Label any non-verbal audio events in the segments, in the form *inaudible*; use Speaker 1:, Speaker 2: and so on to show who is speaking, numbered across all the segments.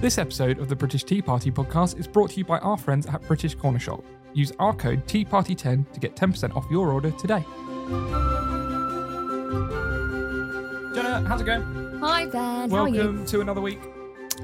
Speaker 1: This episode of the British Tea Party podcast is brought to you by our friends at British Corner Shop. Use our code Tea Party 10 to get 10% off your order today. Jenna, how's it going?
Speaker 2: Hi there. How are you?
Speaker 1: Welcome to another week.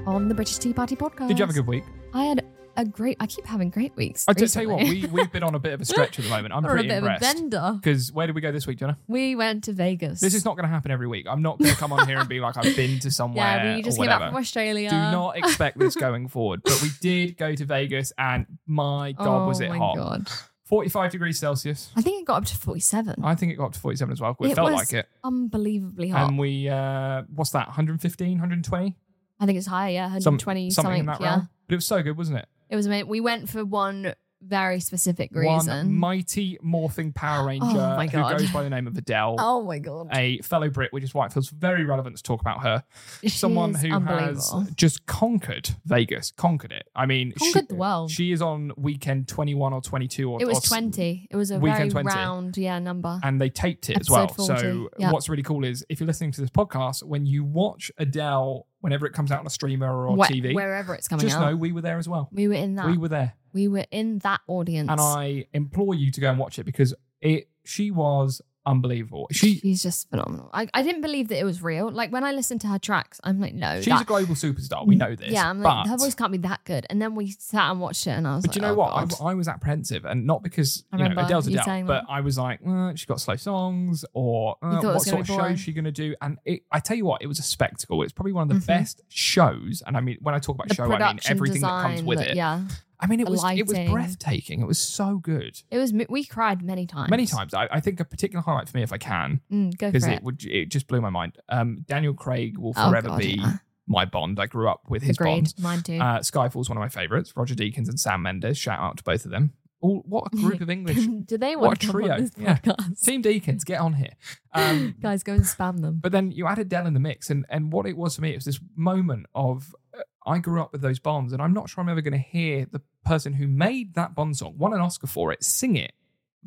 Speaker 2: On the British Tea Party podcast.
Speaker 1: Did you have a good week?
Speaker 2: I had a great. I keep having great weeks.
Speaker 1: I just tell you what,
Speaker 2: recently.
Speaker 1: we, we've been on a bit of a stretch at the moment. I'm
Speaker 2: We're *laughs* on a
Speaker 1: pretty
Speaker 2: bit of a
Speaker 1: impressed.
Speaker 2: bender.
Speaker 1: Because where did we go this week, Jenna?
Speaker 2: We went to Vegas.
Speaker 1: This is not going to happen every week. I'm not going to come on here and be like, I've been to somewhere.
Speaker 2: Yeah, we just
Speaker 1: or
Speaker 2: came
Speaker 1: whatever.
Speaker 2: back from Australia.
Speaker 1: Do not expect this going forward. But we did go to Vegas, and my God,
Speaker 2: oh
Speaker 1: was it
Speaker 2: my
Speaker 1: hot.
Speaker 2: God.
Speaker 1: 45 degrees Celsius.
Speaker 2: I think it got up to 47.
Speaker 1: I think it got up to 47 as well. It,
Speaker 2: It
Speaker 1: felt
Speaker 2: was
Speaker 1: like it.
Speaker 2: Unbelievably hot.
Speaker 1: And we, uh, what's that, 115, 120?
Speaker 2: I think it's higher. Yeah,
Speaker 1: Some-
Speaker 2: 120
Speaker 1: something in that
Speaker 2: yeah.
Speaker 1: realm. But it was so good, wasn't it?
Speaker 2: It was amazing. We went for one very specific
Speaker 1: One
Speaker 2: reason. Oh
Speaker 1: mighty morphing
Speaker 2: *gasps*
Speaker 1: Power Ranger
Speaker 2: my
Speaker 1: who
Speaker 2: God.
Speaker 1: goes by the name of Adele.
Speaker 2: oh my God. *laughs*
Speaker 1: a fellow Brit, which is why it feels very relevant to talk about her.
Speaker 2: She
Speaker 1: Someone
Speaker 2: is
Speaker 1: who has
Speaker 2: unbelievable.
Speaker 1: just conquered Vegas, conquered it. I mean,
Speaker 2: Conquered
Speaker 1: she,
Speaker 2: the world.
Speaker 1: she is on weekend 21 or 22 or
Speaker 2: It was
Speaker 1: or-
Speaker 2: 20. It was a
Speaker 1: Weekend
Speaker 2: very
Speaker 1: 20.
Speaker 2: round, yeah, number.
Speaker 1: And they taped it as well.
Speaker 2: Episode 40,
Speaker 1: So
Speaker 2: yeah.
Speaker 1: what's really cool is if you're listening to this podcast, when you watch Adele, whenever it comes out on a streamer or
Speaker 2: Where-
Speaker 1: TV,
Speaker 2: Wherever it's coming
Speaker 1: just
Speaker 2: out. Ah.
Speaker 1: know we were there as well.
Speaker 2: We were in that.
Speaker 1: We were there.
Speaker 2: We were in that audience.
Speaker 1: And I implore you to go and watch it because it she was unbelievable. She
Speaker 2: she's just phenomenal. I, I didn't believe that it was real. Like when I listened to her tracks, I'm like, no,
Speaker 1: she's
Speaker 2: that-
Speaker 1: a global superstar. We know this.
Speaker 2: yeah, I'm like,
Speaker 1: but
Speaker 2: her voice can't be that good. And then we sat and watched it, and I was
Speaker 1: But
Speaker 2: like,
Speaker 1: do you know
Speaker 2: oh,
Speaker 1: what?
Speaker 2: God.
Speaker 1: I, I was apprehensive, and not because
Speaker 2: I
Speaker 1: you know
Speaker 2: remember
Speaker 1: Adele's
Speaker 2: you
Speaker 1: Adele,
Speaker 2: saying
Speaker 1: but
Speaker 2: that.
Speaker 1: I was like, "Uh, she got slow songs, or uh,
Speaker 2: thought it
Speaker 1: what
Speaker 2: was gonna
Speaker 1: sort of
Speaker 2: be
Speaker 1: show
Speaker 2: boring.
Speaker 1: is she going to do? And it, I tell you what, it was a spectacle. It's probably one of the
Speaker 2: Mhm.
Speaker 1: best shows, and I mean, when I talk about
Speaker 2: the
Speaker 1: show, I mean
Speaker 2: production
Speaker 1: everything that
Speaker 2: design,
Speaker 1: comes with
Speaker 2: the-
Speaker 1: it.
Speaker 2: Yeah,
Speaker 1: I mean, it
Speaker 2: the
Speaker 1: was it was
Speaker 2: lighting.
Speaker 1: breathtaking. It was so good.
Speaker 2: it was. We cried many times.
Speaker 1: Many times, I, I think a particular highlight for me, if I can,
Speaker 2: Mm, go for
Speaker 1: because
Speaker 2: it.
Speaker 1: it would it just blew my mind. Um, Daniel Craig will
Speaker 2: Oh,
Speaker 1: forever
Speaker 2: God,
Speaker 1: be
Speaker 2: yeah.
Speaker 1: my Bond. I grew up with his
Speaker 2: Agreed.
Speaker 1: Bond.
Speaker 2: Mine too.
Speaker 1: Uh, Skyfall's one of my favorites. Roger Deakins and Sam Mendes. Shout out to both of them. All, what
Speaker 2: *laughs*
Speaker 1: a group of English.
Speaker 2: Do they
Speaker 1: what
Speaker 2: want
Speaker 1: a
Speaker 2: to come on
Speaker 1: trio.
Speaker 2: this
Speaker 1: Yeah.
Speaker 2: podcast?
Speaker 1: Team Deakins, get on here. Um,
Speaker 2: *laughs* Guys, go and spam
Speaker 1: *laughs*
Speaker 2: them.
Speaker 1: but then you add Adele in the mix, and, and what it was for me, it was this moment of uh, I grew up with those Bonds, and I'm not sure I'm ever going to hear the person who made that Bond song, won an Oscar for it, sing it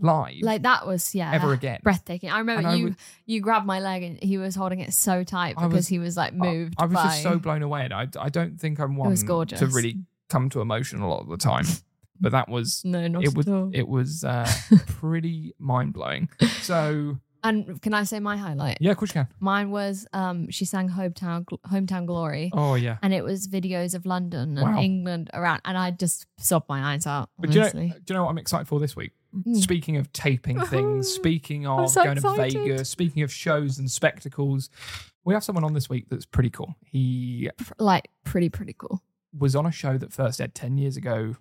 Speaker 1: live
Speaker 2: Like that was yeah.
Speaker 1: ever again.
Speaker 2: Breathtaking. I remember
Speaker 1: And I
Speaker 2: you
Speaker 1: was-
Speaker 2: you grabbed my leg and he was holding it so tight
Speaker 1: I
Speaker 2: because
Speaker 1: was-
Speaker 2: he was like
Speaker 1: I-
Speaker 2: moved.
Speaker 1: I, was
Speaker 2: by...
Speaker 1: just so blown away, and I, I don't think I'm one
Speaker 2: was
Speaker 1: to
Speaker 2: gorgeous.
Speaker 1: really come to emotion a lot of the time. But that was
Speaker 2: *laughs* no, not
Speaker 1: it was
Speaker 2: at all.
Speaker 1: it was
Speaker 2: *laughs*
Speaker 1: uh, pretty mind blowing. So
Speaker 2: And can I say my highlight?
Speaker 1: yeah, of course you can.
Speaker 2: Mine was um she sang hometown Gl- hometown glory,
Speaker 1: Oh yeah.
Speaker 2: and it was videos of London and
Speaker 1: Wow.
Speaker 2: England around, and I just sobbed my eyes out.
Speaker 1: But do you, know,
Speaker 2: honestly.
Speaker 1: do you know what I'm excited for this week?
Speaker 2: Mm.
Speaker 1: Speaking of taping
Speaker 2: *laughs*
Speaker 1: things, speaking of
Speaker 2: so
Speaker 1: going
Speaker 2: excited.
Speaker 1: to Vegas, speaking of shows and spectacles, we have someone on this week that's pretty cool. He
Speaker 2: Pr- like pretty pretty cool.
Speaker 1: was on a show that first aired 10 years ago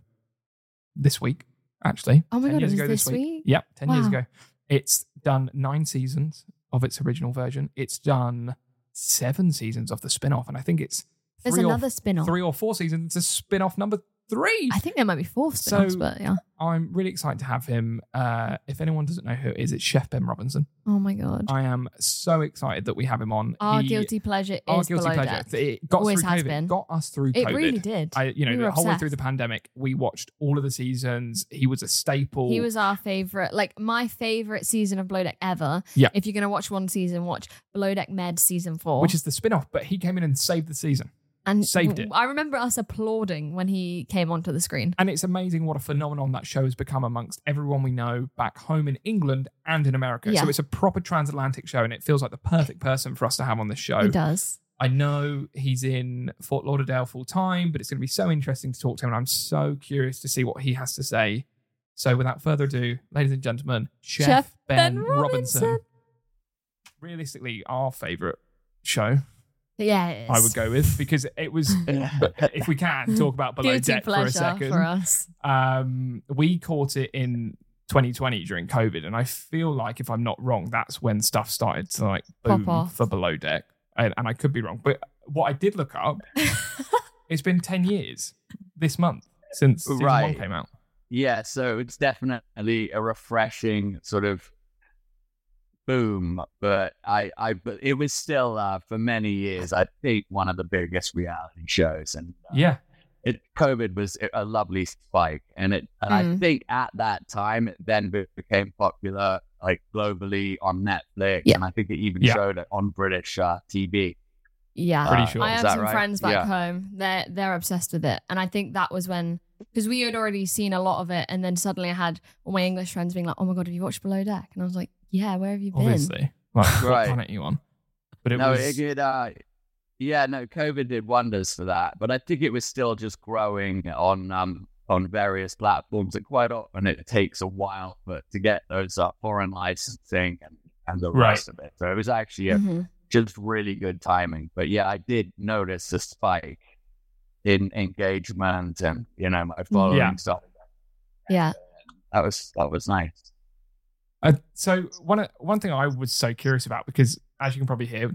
Speaker 1: this week, actually.
Speaker 2: Oh my
Speaker 1: 10
Speaker 2: god, it
Speaker 1: years
Speaker 2: was
Speaker 1: ago
Speaker 2: this
Speaker 1: this week.
Speaker 2: week.
Speaker 1: Yep, 10 years
Speaker 2: Wow.
Speaker 1: ago. It's done nine seasons of its original version, it's done seven seasons of the spin off. And I think it's
Speaker 2: There's
Speaker 1: three,
Speaker 2: another spin
Speaker 1: or,
Speaker 2: off.
Speaker 1: three or four seasons. It's a spin off number three.
Speaker 2: I think there might be four spin offs,
Speaker 1: So-
Speaker 2: but yeah.
Speaker 1: I'm really excited to have him. Uh, if anyone doesn't know who it is, it's Chef Ben Robinson.
Speaker 2: Oh my god,
Speaker 1: I am so excited that we have him on.
Speaker 2: our
Speaker 1: He-
Speaker 2: guilty pleasure is
Speaker 1: our guilty
Speaker 2: below
Speaker 1: pleasure.
Speaker 2: deck.
Speaker 1: It got
Speaker 2: Always
Speaker 1: through
Speaker 2: has
Speaker 1: COVID.
Speaker 2: been.
Speaker 1: Got us through
Speaker 2: It
Speaker 1: COVID.
Speaker 2: really did.
Speaker 1: I, you know,
Speaker 2: We were
Speaker 1: the whole way through
Speaker 2: obsessed.
Speaker 1: the pandemic, we watched all of the seasons. He was a staple.
Speaker 2: He was our favorite, like my favorite season of Below Deck ever.
Speaker 1: Yeah.
Speaker 2: If you're gonna watch one season, watch Below Deck Med season four,
Speaker 1: which is the spin-off, but he came in and saved the season.
Speaker 2: and
Speaker 1: saved it.
Speaker 2: I remember us applauding when he came onto the screen.
Speaker 1: And it's amazing what a phenomenon that show has become amongst everyone we know back home in England and in America.
Speaker 2: Yeah.
Speaker 1: So it's a proper transatlantic show and it feels like the perfect person for us to have on this show.
Speaker 2: He does.
Speaker 1: I know he's in Fort Lauderdale full time, but it's going to be so interesting to talk to him. And I'm so curious to see what he has to say. So, without further ado, ladies and gentlemen, Chef,
Speaker 2: Chef
Speaker 1: Ben,
Speaker 2: Ben
Speaker 1: Robinson.
Speaker 2: Robinson.
Speaker 1: Realistically, our favorite show
Speaker 2: Yeah, it is.
Speaker 1: I would go with because it was, but if we can talk about Below
Speaker 2: *laughs* Guilty
Speaker 1: Deck for
Speaker 2: pleasure
Speaker 1: a second,
Speaker 2: for us. *laughs*
Speaker 1: um, we caught it in 2020 during COVID, and I feel like if I'm not wrong, that's when stuff started to like
Speaker 2: Pop
Speaker 1: boom
Speaker 2: off.
Speaker 1: for Below Deck, and, and I could be wrong, but what I did look up, it's been 10 years this month since season one
Speaker 3: Right.
Speaker 1: came out.
Speaker 3: Yeah, so it's definitely a refreshing sort of boom, but I, I, but it was still uh, for many years, I think, one of the biggest reality shows, and uh,
Speaker 1: Yeah,
Speaker 3: it, COVID was a- a lovely spike, and it, and I
Speaker 2: Mm.
Speaker 3: think at that time, it then be- became popular like globally on Netflix,
Speaker 2: Yeah.
Speaker 3: and I think it even
Speaker 1: Yeah.
Speaker 3: showed it on British uh, TV.
Speaker 2: Yeah.
Speaker 1: Pretty Oh, sure.
Speaker 2: Uh-huh. I
Speaker 3: is
Speaker 2: have
Speaker 3: that
Speaker 2: some
Speaker 3: right?
Speaker 2: friends back
Speaker 3: Yeah.
Speaker 2: home. They're they're obsessed with it, and I think that was when because we had already seen a lot of it, and then suddenly I had all my English friends being like, "Oh my god, have you watched Below Deck?" And I was like, "Yeah, where have you been?"
Speaker 1: obviously. Like, what *laughs*
Speaker 3: Right.
Speaker 1: planet are you on? But it
Speaker 3: no,
Speaker 1: was.
Speaker 3: it did. Uh, yeah, no, COVID did wonders for that, but I think it was still just growing on um on various platforms, and quite often it takes a while for to get those uh, foreign licensing and and the
Speaker 1: Right.
Speaker 3: rest of it. So it was actually a,
Speaker 2: Mhm.
Speaker 3: just really good timing. But yeah, I did notice a spike in engagement and you know my following
Speaker 1: Yeah.
Speaker 3: stuff.
Speaker 2: Yeah.
Speaker 3: That was that was nice.
Speaker 1: Uh, so one one thing I was so curious about because as you can probably hear,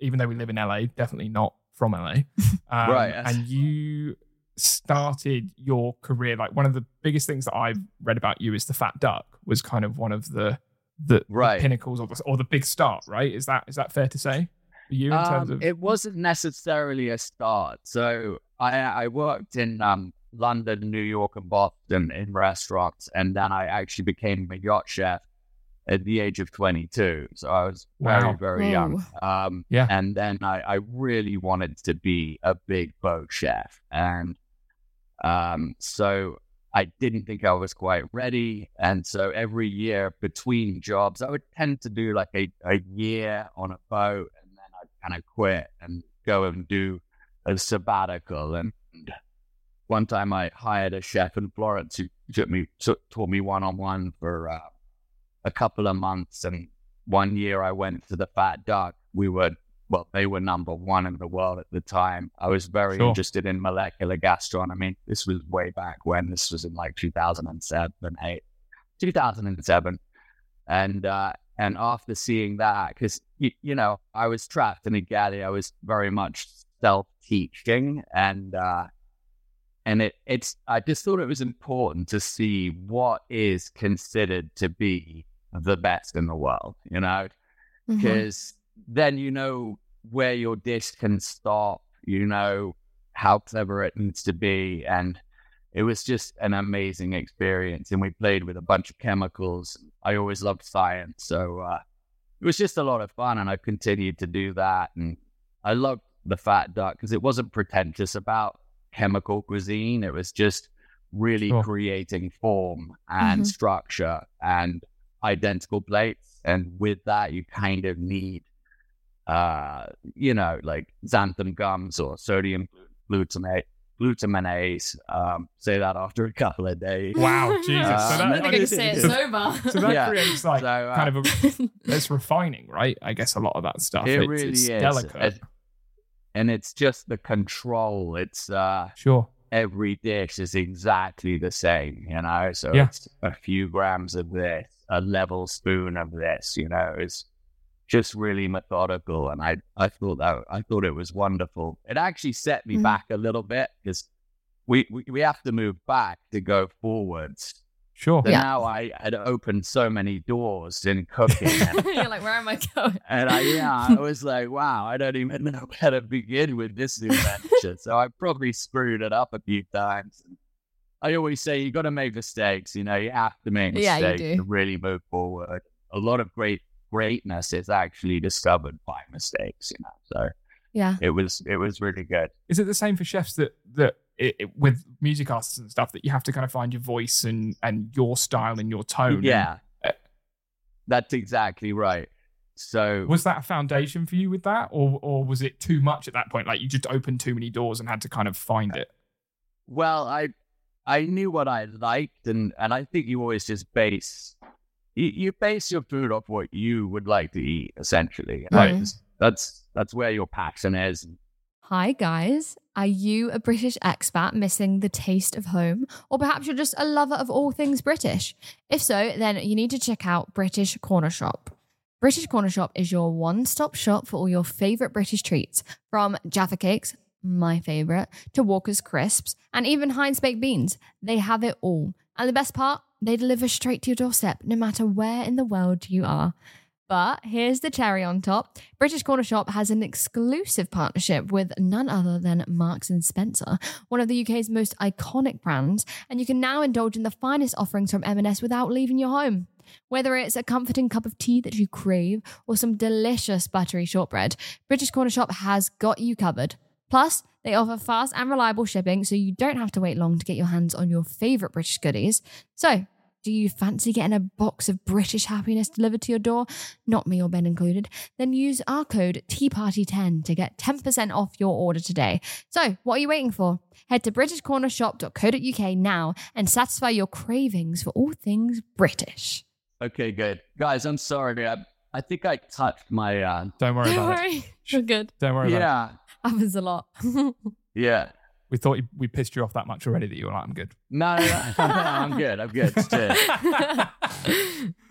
Speaker 1: even though we live in LA, definitely not from LA.
Speaker 3: *laughs*
Speaker 1: Um,
Speaker 3: Right.
Speaker 1: And you started your career like one of the biggest things that I've read about you is the Fat Duck was kind of one of the the, the
Speaker 3: Right.
Speaker 1: pinnacles or the, or the big start. Right? Is that is that fair to say? For you in terms
Speaker 3: Um,
Speaker 1: of
Speaker 3: it wasn't necessarily a start. So I I worked in um London, New York, and Boston in restaurants, and then I actually became a yacht chef at the age of 22. So I was very
Speaker 1: Wow.
Speaker 3: very
Speaker 2: Whoa.
Speaker 3: young. Um,
Speaker 1: Yeah.
Speaker 3: And then I I really wanted to be a big boat chef, and um so. I didn't think I was quite ready. And so every year between jobs, I would tend to do like a, a year on a boat and then I'd kind of quit and go and do a sabbatical. And one time I hired a chef in Florence who took me, took, taught me one on one for uh, a couple of months. And one year I went to the Fat Duck. We were, well, they were number one in the world at the time. I was very
Speaker 1: Sure.
Speaker 3: interested in molecular gastronomy. This was way back when. This was in like 2007, 8, 2007. And, uh, and after seeing that, because, you, you know, I was trapped in a galley, I was very much self teaching. And, uh, and it, it's i just thought it was important to see what is considered to be the best in the world you know
Speaker 2: Mhm.
Speaker 3: because then you know where your dish can stop you know how clever it needs to be and it was just an amazing experience and we played with a bunch of chemicals i always loved science so uh, it was just a lot of fun and i continued to do that and i loved the fat duck because it wasn't pretentious about chemical cuisine it was just really
Speaker 1: Sure. Mm-hmm.
Speaker 3: creating form and
Speaker 2: Mhm.
Speaker 3: structure and identical plates and with that you kind of need uh you know like xanthan gums or sodium glutamate glutaminase um say that after a couple of days
Speaker 1: Wow,
Speaker 2: *laughs*
Speaker 1: Jesus.
Speaker 3: So
Speaker 2: I'm
Speaker 3: that-
Speaker 2: never going to say it
Speaker 1: *laughs* so-
Speaker 2: sober.
Speaker 1: *laughs* so
Speaker 2: *laughs*
Speaker 1: that
Speaker 3: Yeah.
Speaker 1: creates like
Speaker 3: So, uh,
Speaker 1: kind of a it's refining, right? I guess a lot of that stuff.
Speaker 3: It
Speaker 1: it's,
Speaker 3: really
Speaker 1: it's
Speaker 3: is.
Speaker 1: delicate.
Speaker 3: It- and it's just the control it's uh
Speaker 1: sure.
Speaker 3: every dish is exactly the same you know so
Speaker 1: Yeah.
Speaker 3: it's a few grams of this a level spoon of this you know it's just really methodical and i i thought that i thought it was wonderful it actually set me
Speaker 2: Mhm.
Speaker 3: back a little bit because we, we we have to move back to go forwards
Speaker 1: Sure.
Speaker 3: so
Speaker 2: Yeah.
Speaker 3: now i had opened so many doors in
Speaker 1: *laughs*
Speaker 3: cooking and
Speaker 2: You're like, where am I going?
Speaker 3: and I, yeah,
Speaker 2: *laughs*
Speaker 3: I was like, wow, I don't even know how to begin with this new venture. so I probably screwed it up a few times. I always say you got to make mistakes. You know, you have to make
Speaker 2: Yeah,
Speaker 3: mistakes
Speaker 2: you do.
Speaker 3: to really move forward. A lot of great greatness is actually discovered by mistakes. You know,
Speaker 2: Yeah.
Speaker 3: so it was it was really good.
Speaker 1: Is it the same for chefs that that it, it- with music artists and stuff that you have to kind of find your voice and and your style and your
Speaker 2: Oh,
Speaker 1: tone?
Speaker 3: yeah,
Speaker 1: Uh,
Speaker 3: that's exactly right. So
Speaker 1: Was that a foundation for you with that, or or was it too much at that point? Like you just opened too many doors and had to kind of find it.
Speaker 3: Well, I I knew what I liked, and and I think you always just base you, you base your food off what you would like to eat, essentially.
Speaker 2: Right.
Speaker 3: Like, That's that's where your passion is.
Speaker 2: Hi, guys. Are you a British expat missing the taste of home? Or perhaps you're just a lover of all things British? If so, then you need to check out British Corner Shop. British Corner Shop is your one stop shop for all your favourite British treats, from Jaffa Cakes, my favourite, to Walker's Crisps, and even Heinz Baked Beans. They have it all. And the best part, they deliver straight to your doorstep, no matter where in the world you are. But here's the cherry on top. British Corner Shop has an exclusive partnership with none other than Marks and Spencer, one of the UK's most iconic brands, and you can now indulge in the finest offerings from M&S without leaving your home. Whether it's a comforting cup of tea that you crave or some delicious buttery shortbread, British Corner Shop has got you covered. Plus, they offer fast and reliable shipping so you don't have to wait long to get your hands on your favourite British goodies. So, do you fancy getting a box of British happiness delivered to your door? Not me or Ben included. Then use our code TEAPARTY10 to get 10% off your order today. So, what are you waiting for? Head to BritishCornerShop.co.uk now and satisfy your cravings for all things British.
Speaker 3: Okay, good. Guys, I'm sorry. I, I think I touched my. Uh,
Speaker 1: Don't worry
Speaker 2: Don't
Speaker 1: about it.
Speaker 2: worry. *laughs* You're good.
Speaker 1: Don't worry about it.
Speaker 3: yeah.
Speaker 2: Happens
Speaker 1: *laughs*
Speaker 2: a lot. *laughs*
Speaker 3: Yeah.
Speaker 1: We thought you- we pissed you off that much already that you were like, I'm good.
Speaker 3: No, no, no. *laughs* No, I'm good. I'm good. It's good.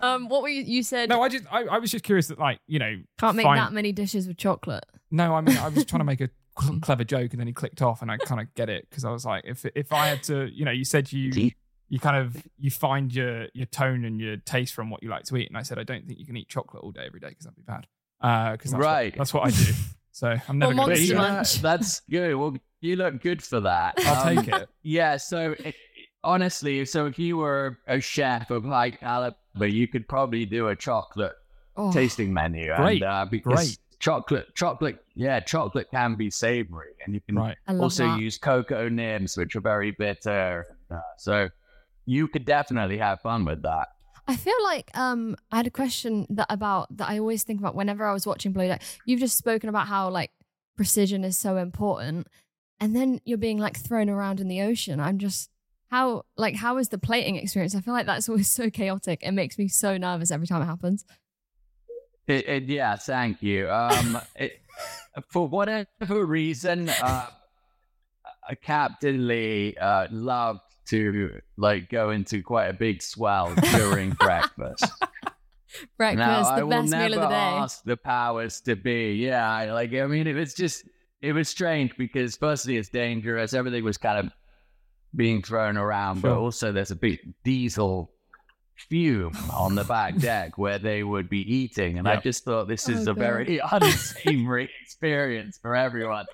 Speaker 2: um, what were you, you said?
Speaker 1: No, I just I, I was just curious that like you know
Speaker 2: can't make
Speaker 1: fine-
Speaker 2: that many dishes with chocolate.
Speaker 1: No, I mean I
Speaker 2: *laughs*
Speaker 1: was trying to make a cl- clever joke and then he clicked off and I kind of get it because I was like if if I had to you know you said you you kind of you find your your tone and your taste from what you like to eat and I said I don't think you can eat chocolate all day every day because that'd be bad because that's
Speaker 3: Right.
Speaker 1: what, that's what I
Speaker 3: *laughs*
Speaker 1: do so I'm never
Speaker 2: Well,
Speaker 1: going to
Speaker 3: But
Speaker 1: eat
Speaker 2: Monster
Speaker 3: you-
Speaker 1: that.
Speaker 2: Munch.
Speaker 3: that's good. Well, you look good for that.
Speaker 1: I'll
Speaker 3: Um,
Speaker 1: take it
Speaker 3: Yeah. So it, honestly, so if you were a chef of high caliber, you could probably do a chocolate
Speaker 2: Oh,
Speaker 3: tasting menu.
Speaker 1: Great,
Speaker 3: And, uh, because
Speaker 1: great.
Speaker 3: Chocolate, chocolate, yeah, chocolate can be savory, and you can
Speaker 1: right
Speaker 2: I love
Speaker 3: also
Speaker 2: that.
Speaker 3: use cocoa nibs, which are very bitter. Uh, so you could definitely have fun with that.
Speaker 2: I feel like um, I had a question that about that I always think about whenever I was watching Blue Deck. You've just spoken about how like precision is so important, and then you're being like thrown around in the ocean. I'm just how like how is the plating experience? I feel like that's *laughs* always so chaotic. It makes me so nervous every time it happens.
Speaker 3: It, it, yeah, thank you. Um, it, for whatever reason, uh, uh, Captain Lee uh, loved to like go into quite a big swell during breakfast.
Speaker 2: Breakfast,
Speaker 3: I
Speaker 2: the
Speaker 3: will
Speaker 2: best
Speaker 3: never
Speaker 2: meal of the day.
Speaker 3: ask the powers to be. Yeah, I- like I mean, it was just it was strange because firstly, it's dangerous. Everything was kind of being thrown around, but
Speaker 1: Sure.
Speaker 3: also there's a big diesel fume on the
Speaker 1: *laughs*
Speaker 3: back deck where they would be eating, and I
Speaker 1: Yeah.
Speaker 3: just thought this
Speaker 2: Oh,
Speaker 3: is a
Speaker 2: God.
Speaker 3: very *laughs* unsavory experience for everyone.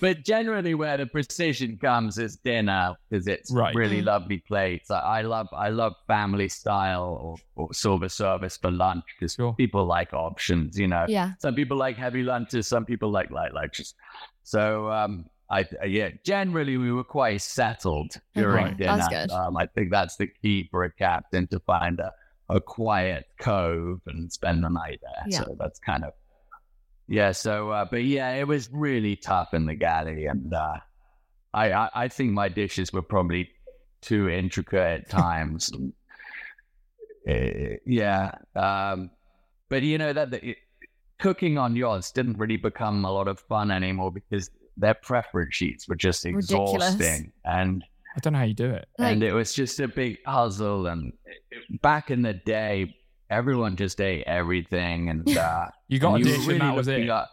Speaker 3: But generally, where the precision comes is dinner, because it's
Speaker 1: Right.
Speaker 3: really
Speaker 2: Mm.
Speaker 3: lovely plates. I, I love I love family style or, or silver service for lunch because
Speaker 1: Sure.
Speaker 3: people like options. You know,
Speaker 2: Yeah,
Speaker 3: some people like heavy lunches, some people like light lunches. So um, I yeah, generally we were quite settled during
Speaker 2: Right.
Speaker 3: dinner.
Speaker 2: Mm-hmm. That's good.
Speaker 3: Um, I think that's the key for a captain to find a, a quiet cove and spend the night there.
Speaker 2: Yeah.
Speaker 3: So that's kind of yeah. So uh, but yeah, it was really tough in the galley, and uh, I, I I think my dishes were probably too intricate at times. Uh, yeah, um, but you know that that it, cooking on yachts didn't really become a lot of fun anymore because their preference sheets were just
Speaker 2: Ridiculous.
Speaker 3: exhausting and
Speaker 1: I don't know how you do it
Speaker 2: like
Speaker 3: and it was just a big puzzle and eh, back in the day everyone just ate everything and uh
Speaker 1: you got
Speaker 3: and
Speaker 1: a
Speaker 3: you were
Speaker 1: dish and that was
Speaker 3: looking
Speaker 1: it
Speaker 3: up-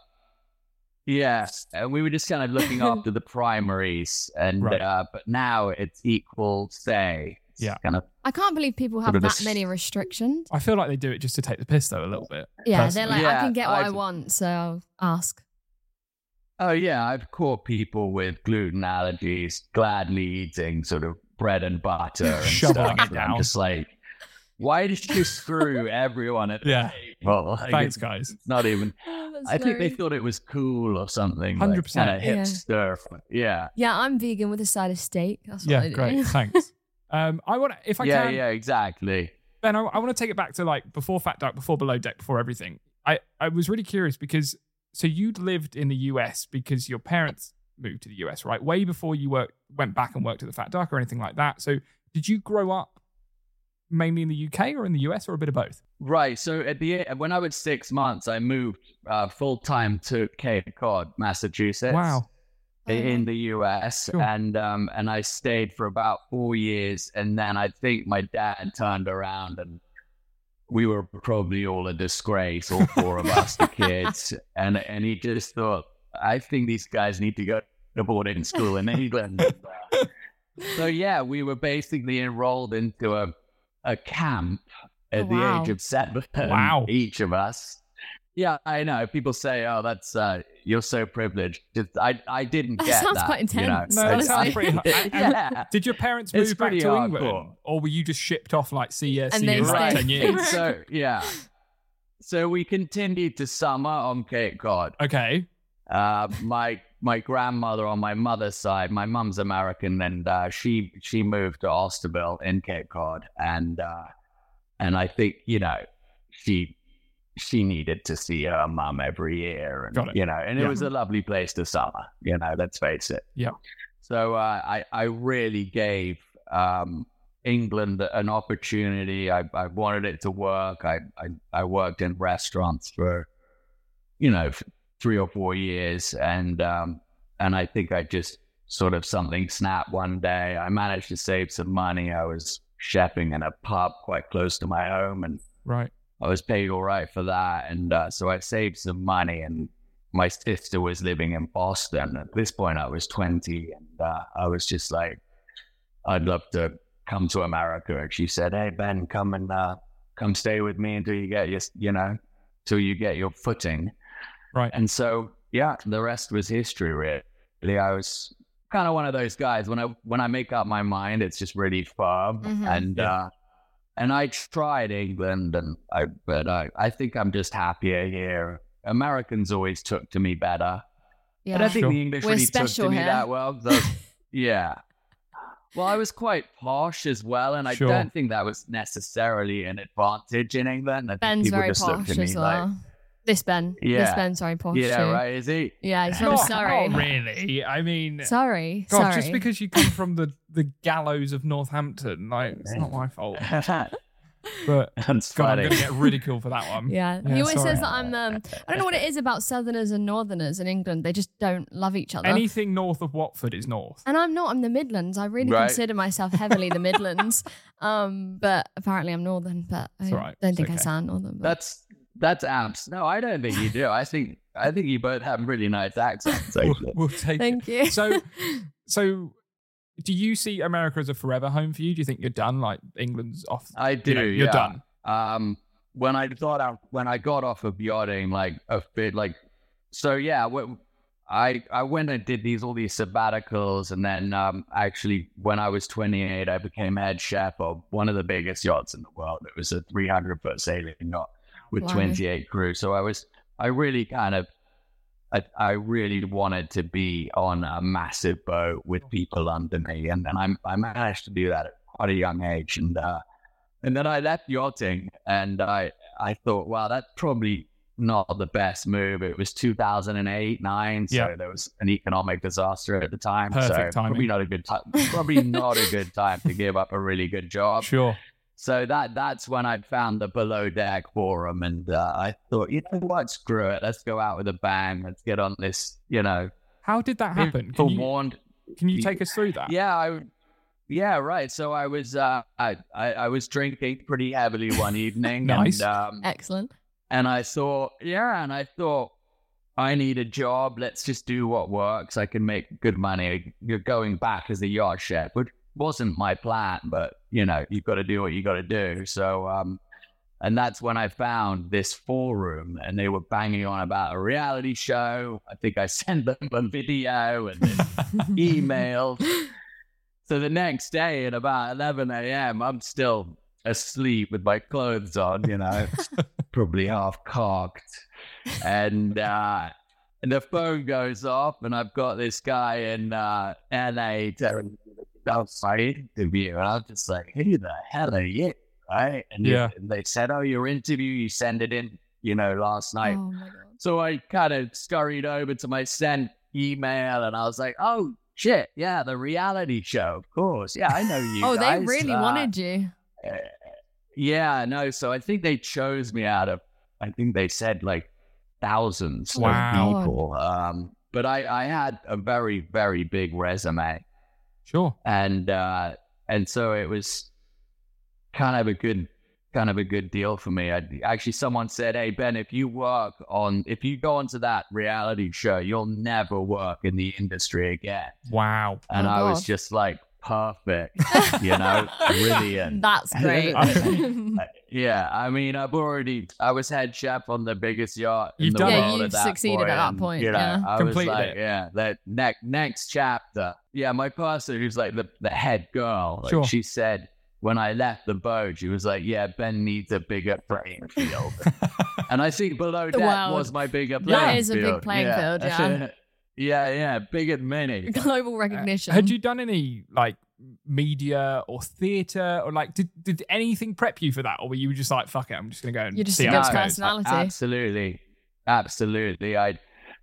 Speaker 3: yeah and we were just kind
Speaker 1: *laughs*
Speaker 3: of looking after the primaries and
Speaker 1: Right.
Speaker 3: uh but now it's equal say It's
Speaker 1: Yeah.
Speaker 3: kind of
Speaker 2: I can't believe people have
Speaker 3: Sort of a
Speaker 2: that
Speaker 3: s-
Speaker 2: many restrictions.
Speaker 1: I feel like they do it just to take the piss though a little bit
Speaker 2: Yeah,
Speaker 1: personally.
Speaker 2: they're like, I
Speaker 3: Yeah,
Speaker 2: can get what I,
Speaker 3: I-
Speaker 2: want, so I'll ask.
Speaker 3: Oh yeah, I've caught people with gluten allergies gladly eating sort of bread and
Speaker 1: *laughs*
Speaker 3: butter and
Speaker 1: Shoveling
Speaker 3: stuff.
Speaker 1: it
Speaker 3: and
Speaker 1: down.
Speaker 3: I'm just like, why did you screw everyone
Speaker 1: *laughs*
Speaker 3: at
Speaker 1: yeah
Speaker 3: well, like,
Speaker 1: thanks
Speaker 3: it's
Speaker 1: guys
Speaker 2: *laughs*
Speaker 3: not even. I think they
Speaker 2: feel.
Speaker 3: thought it was cool or something.
Speaker 1: 100%.
Speaker 3: Like,
Speaker 2: Yeah.
Speaker 3: kind of hipster. Yeah.
Speaker 2: Yeah, I'm vegan with a side of steak. That's what I
Speaker 1: yeah
Speaker 2: do.
Speaker 1: great thanks um I want to if I
Speaker 3: yeah,
Speaker 1: can
Speaker 3: yeah, exactly.
Speaker 1: Ben, I, I want to take it back to like before Fat Duck, before Below Deck, before everything. I, I was really curious because so you'd lived in the US because your parents moved to the US, right? Way before you worked, went back and worked at the Fat Duck or anything like that. So did you grow up mainly in the UK or in the US or a bit of both?
Speaker 3: Right. So at the e, when I was six months, I moved uh, full time to Cape Cod, Massachusetts.
Speaker 1: wow.
Speaker 2: Oh,
Speaker 3: in the US
Speaker 1: Uh-huh. Sure.
Speaker 3: and um and I stayed for about four years and then I think my dad turned around and we were probably all a disgrace, all four of us, the
Speaker 1: *laughs*
Speaker 3: kids. And and he just thought, I think these guys need to go to boarding school
Speaker 1: *laughs*
Speaker 3: in England. so yeah, we were basically enrolled into a a camp at
Speaker 2: Wow.
Speaker 3: the age of seven.
Speaker 1: Oh, Wow.
Speaker 3: Each of us. Yeah, I know. People say, "Oh, that's uh, you're so privileged." It- I I didn't
Speaker 2: That
Speaker 3: get
Speaker 2: sounds quite
Speaker 3: you know.
Speaker 2: intense,
Speaker 1: No, that sounds
Speaker 2: honestly.
Speaker 3: *laughs*
Speaker 1: pretty hard.
Speaker 2: *laughs*
Speaker 1: And- and
Speaker 3: yeah.
Speaker 1: Did your parents
Speaker 3: It's
Speaker 1: move back
Speaker 3: pretty
Speaker 1: to England,
Speaker 3: hardcore.
Speaker 1: or were you just shipped off like see ya,
Speaker 2: And
Speaker 1: see
Speaker 2: they
Speaker 1: you in
Speaker 2: stayed.
Speaker 1: ten years?
Speaker 2: *laughs*
Speaker 3: so yeah. So we continued to summer on Cape Cod.
Speaker 1: Okay,
Speaker 3: Uh, my my grandmother on my mother's side, my mum's American, and uh, she she moved to Osterville in Cape Cod, and uh, and I think you know she she needed to see her mum every year, and
Speaker 1: Got it.
Speaker 3: you know, and
Speaker 1: Yeah.
Speaker 3: it was a lovely place to summer. You know, let's face it.
Speaker 1: Yeah.
Speaker 3: So uh, I I really gave um, England an opportunity. I, I wanted it to work. I, I I worked in restaurants for you know f- three or four years, and um, and I think I just sort of something snapped one day. I managed to save some money. I was chefing in a pub quite close to my home, and
Speaker 1: right.
Speaker 3: I was paid all right for that. And uh, so I saved some money, and my sister was living in Boston. At this point, I was 20, and uh, I was just like, I'd love to come to America. And she said, Hey, Ben, come and uh, come stay with me until you get your, you know, till you get your footing.
Speaker 1: Right.
Speaker 3: And so, yeah, the rest was history, really. I was kind of one of those guys when I when I make up my mind, it's just really firm.
Speaker 2: Mhm.
Speaker 3: And
Speaker 1: Yeah.
Speaker 3: uh, and I tried England, and I but I I think I'm just happier here. Americans always took to me better,
Speaker 2: *laughs* Yeah.
Speaker 3: and I think
Speaker 1: Sure.
Speaker 3: the English
Speaker 2: We're
Speaker 3: really took
Speaker 2: special
Speaker 3: to me
Speaker 2: here.
Speaker 3: that
Speaker 2: *laughs*
Speaker 3: well. so- yeah. Well, I was quite posh as well, and I
Speaker 1: Sure.
Speaker 3: don't think that was necessarily an advantage in England. I think
Speaker 2: Ben's
Speaker 3: people
Speaker 2: very
Speaker 3: just
Speaker 2: posh
Speaker 3: looked at me
Speaker 2: as well.
Speaker 3: like,
Speaker 2: this Ben. This
Speaker 3: Yeah.
Speaker 2: Ben's very posh.
Speaker 3: yeah,
Speaker 2: too.
Speaker 3: right, is he? *laughs*
Speaker 2: Yeah, he's from
Speaker 1: not,
Speaker 2: Surrey.
Speaker 1: not really. I mean,
Speaker 2: Sorry.
Speaker 1: God,
Speaker 2: sorry.
Speaker 1: just because you
Speaker 2: *laughs*
Speaker 1: come from the the gallows of Northampton, like it's not
Speaker 3: *laughs*
Speaker 1: my fault.
Speaker 3: That's
Speaker 1: But God, I'm
Speaker 3: funny.
Speaker 1: going to get ridiculed for that one.
Speaker 2: *laughs* Yeah.
Speaker 1: Yeah,
Speaker 2: he always
Speaker 1: sorry.
Speaker 2: says that I'm um I don't know what it is about southerners and northerners in England. They just don't love each other.
Speaker 1: Anything north of Watford is north.
Speaker 2: and I'm not. I'm the Midlands. I really
Speaker 3: Right.
Speaker 2: consider myself heavily
Speaker 3: *laughs*
Speaker 2: the Midlands. Um, but apparently I'm northern. But I
Speaker 1: It's all right.
Speaker 2: don't
Speaker 1: It's
Speaker 2: think I
Speaker 1: okay.
Speaker 2: sound northern. But
Speaker 3: That's that's amps. No, I don't think you do. I think I think you both have really nice
Speaker 1: *laughs*
Speaker 3: accents.
Speaker 1: We'll,
Speaker 3: actually.
Speaker 1: we'll take
Speaker 2: thank you.
Speaker 1: it. So, so do you see America as a forever home for you? Do you think you're done? Like England's off.
Speaker 3: I do.
Speaker 1: you know, you're
Speaker 3: yeah.
Speaker 1: done.
Speaker 3: Um, when I thought I when I got off of yachting, like a bit, like so, yeah. wh- I I went and did these all these sabbaticals, and then um, actually when I was 28, I became head chef of one of the biggest yachts in the world. It was a 300 foot sailing yacht with
Speaker 2: Wow.
Speaker 3: 28 crew. So I was I really kind of I, I really wanted to be on a massive boat with people under me, and then I I managed to do that at quite a young age, and uh, and then I left yachting, and I I thought, wow, that's probably not the best move. It was 2008, nine, so
Speaker 1: Yeah.
Speaker 3: there was an economic disaster at the time,
Speaker 1: Perfect
Speaker 3: so
Speaker 1: timing.
Speaker 3: probably not a good time.
Speaker 1: *laughs*
Speaker 3: Probably not a good time to give up a really good job.
Speaker 1: Sure.
Speaker 3: So that that's when I found the below deck forum, and uh, I thought, you know what, screw it, let's go out with a bang, let's get on this, you know,
Speaker 1: How did that happen? Can you,
Speaker 3: forewarned.
Speaker 1: can you take us through that?
Speaker 3: Yeah, I, yeah, right. So I was uh, I, I I was drinking pretty heavily one evening,
Speaker 1: Nice.
Speaker 3: and um,
Speaker 2: *laughs* Excellent.
Speaker 3: and I thought, yeah, and I thought, I need a job. Let's just do what works. I can make good money. You're going back as a yard chef, which wasn't my plan, but you know, you've got to do what you got to do. So, um, and that's when I found this forum, and they were banging on about a reality show. I think I *laughs* sent them a video
Speaker 1: *laughs*
Speaker 3: and this
Speaker 2: *laughs*
Speaker 3: email.
Speaker 2: Oh
Speaker 3: So the next day at about 11 a.m., I'm still asleep with my clothes on, you know, probably half cocked. And, uh, and the phone goes off, and I've got this guy in uh, LA telling me about my interview. And I'm just like, who the hell are you? Right. And, you-
Speaker 1: Yeah.
Speaker 3: and they said, oh, your interview, you sent it in, you know, last night.
Speaker 2: oh my god.
Speaker 3: So I kind of scurried over to my sent email and I was like, oh shit, yeah, the reality show, of course. Yeah,
Speaker 2: *laughs*
Speaker 3: I know you.
Speaker 2: Oh, they
Speaker 3: guys.
Speaker 2: really
Speaker 3: Uh,
Speaker 2: wanted you.
Speaker 3: uh, Yeah, no. So I think they chose me out of, I think they said like thousands
Speaker 1: Wow.
Speaker 3: of people. Um, but I, I had a very, very big resume
Speaker 1: Sure.
Speaker 3: and uh, and so it was kind of a good kind of a good deal for me. I, actually, someone said, "Hey Ben, if you work on if you go onto that reality show, you'll never work in the industry again."
Speaker 1: Wow.
Speaker 3: And
Speaker 2: Oh,
Speaker 3: I was
Speaker 2: God.
Speaker 3: just like, perfect. *laughs* You know, brilliant.
Speaker 2: *laughs*
Speaker 3: *laughs*
Speaker 2: That's great.
Speaker 3: Yeah, I mean, I've already I was head chef on the biggest yacht. in
Speaker 1: You've
Speaker 3: the
Speaker 1: done it.
Speaker 3: world
Speaker 1: Yeah,
Speaker 2: you've
Speaker 3: at that
Speaker 2: succeeded
Speaker 3: point,
Speaker 2: at that
Speaker 3: and,
Speaker 2: point,
Speaker 3: You know,
Speaker 2: yeah.
Speaker 3: I
Speaker 1: Completed
Speaker 3: was like,
Speaker 1: it.
Speaker 3: yeah, that next next chapter. Yeah, my person who's like the the head girl. Like,
Speaker 1: Sure.
Speaker 3: She said when I left the boat, she was like, "Yeah, Ben needs a bigger playing
Speaker 2: *laughs*
Speaker 3: field," and I think below
Speaker 2: The
Speaker 3: that
Speaker 2: world.
Speaker 3: was my bigger
Speaker 1: That
Speaker 3: playing field.
Speaker 2: is a big playing field, yeah.
Speaker 3: *laughs* yeah, yeah, big and
Speaker 2: *laughs*
Speaker 3: mini.
Speaker 2: Global
Speaker 1: Uh,
Speaker 2: recognition.
Speaker 1: Had you done any like media or theatre or like did did anything prep you for that, or were you just like fuck it, I'm just gonna go and
Speaker 2: You're just
Speaker 1: see
Speaker 2: a
Speaker 1: how
Speaker 2: good
Speaker 1: it goes?
Speaker 2: person. personality.
Speaker 3: Absolutely, absolutely. I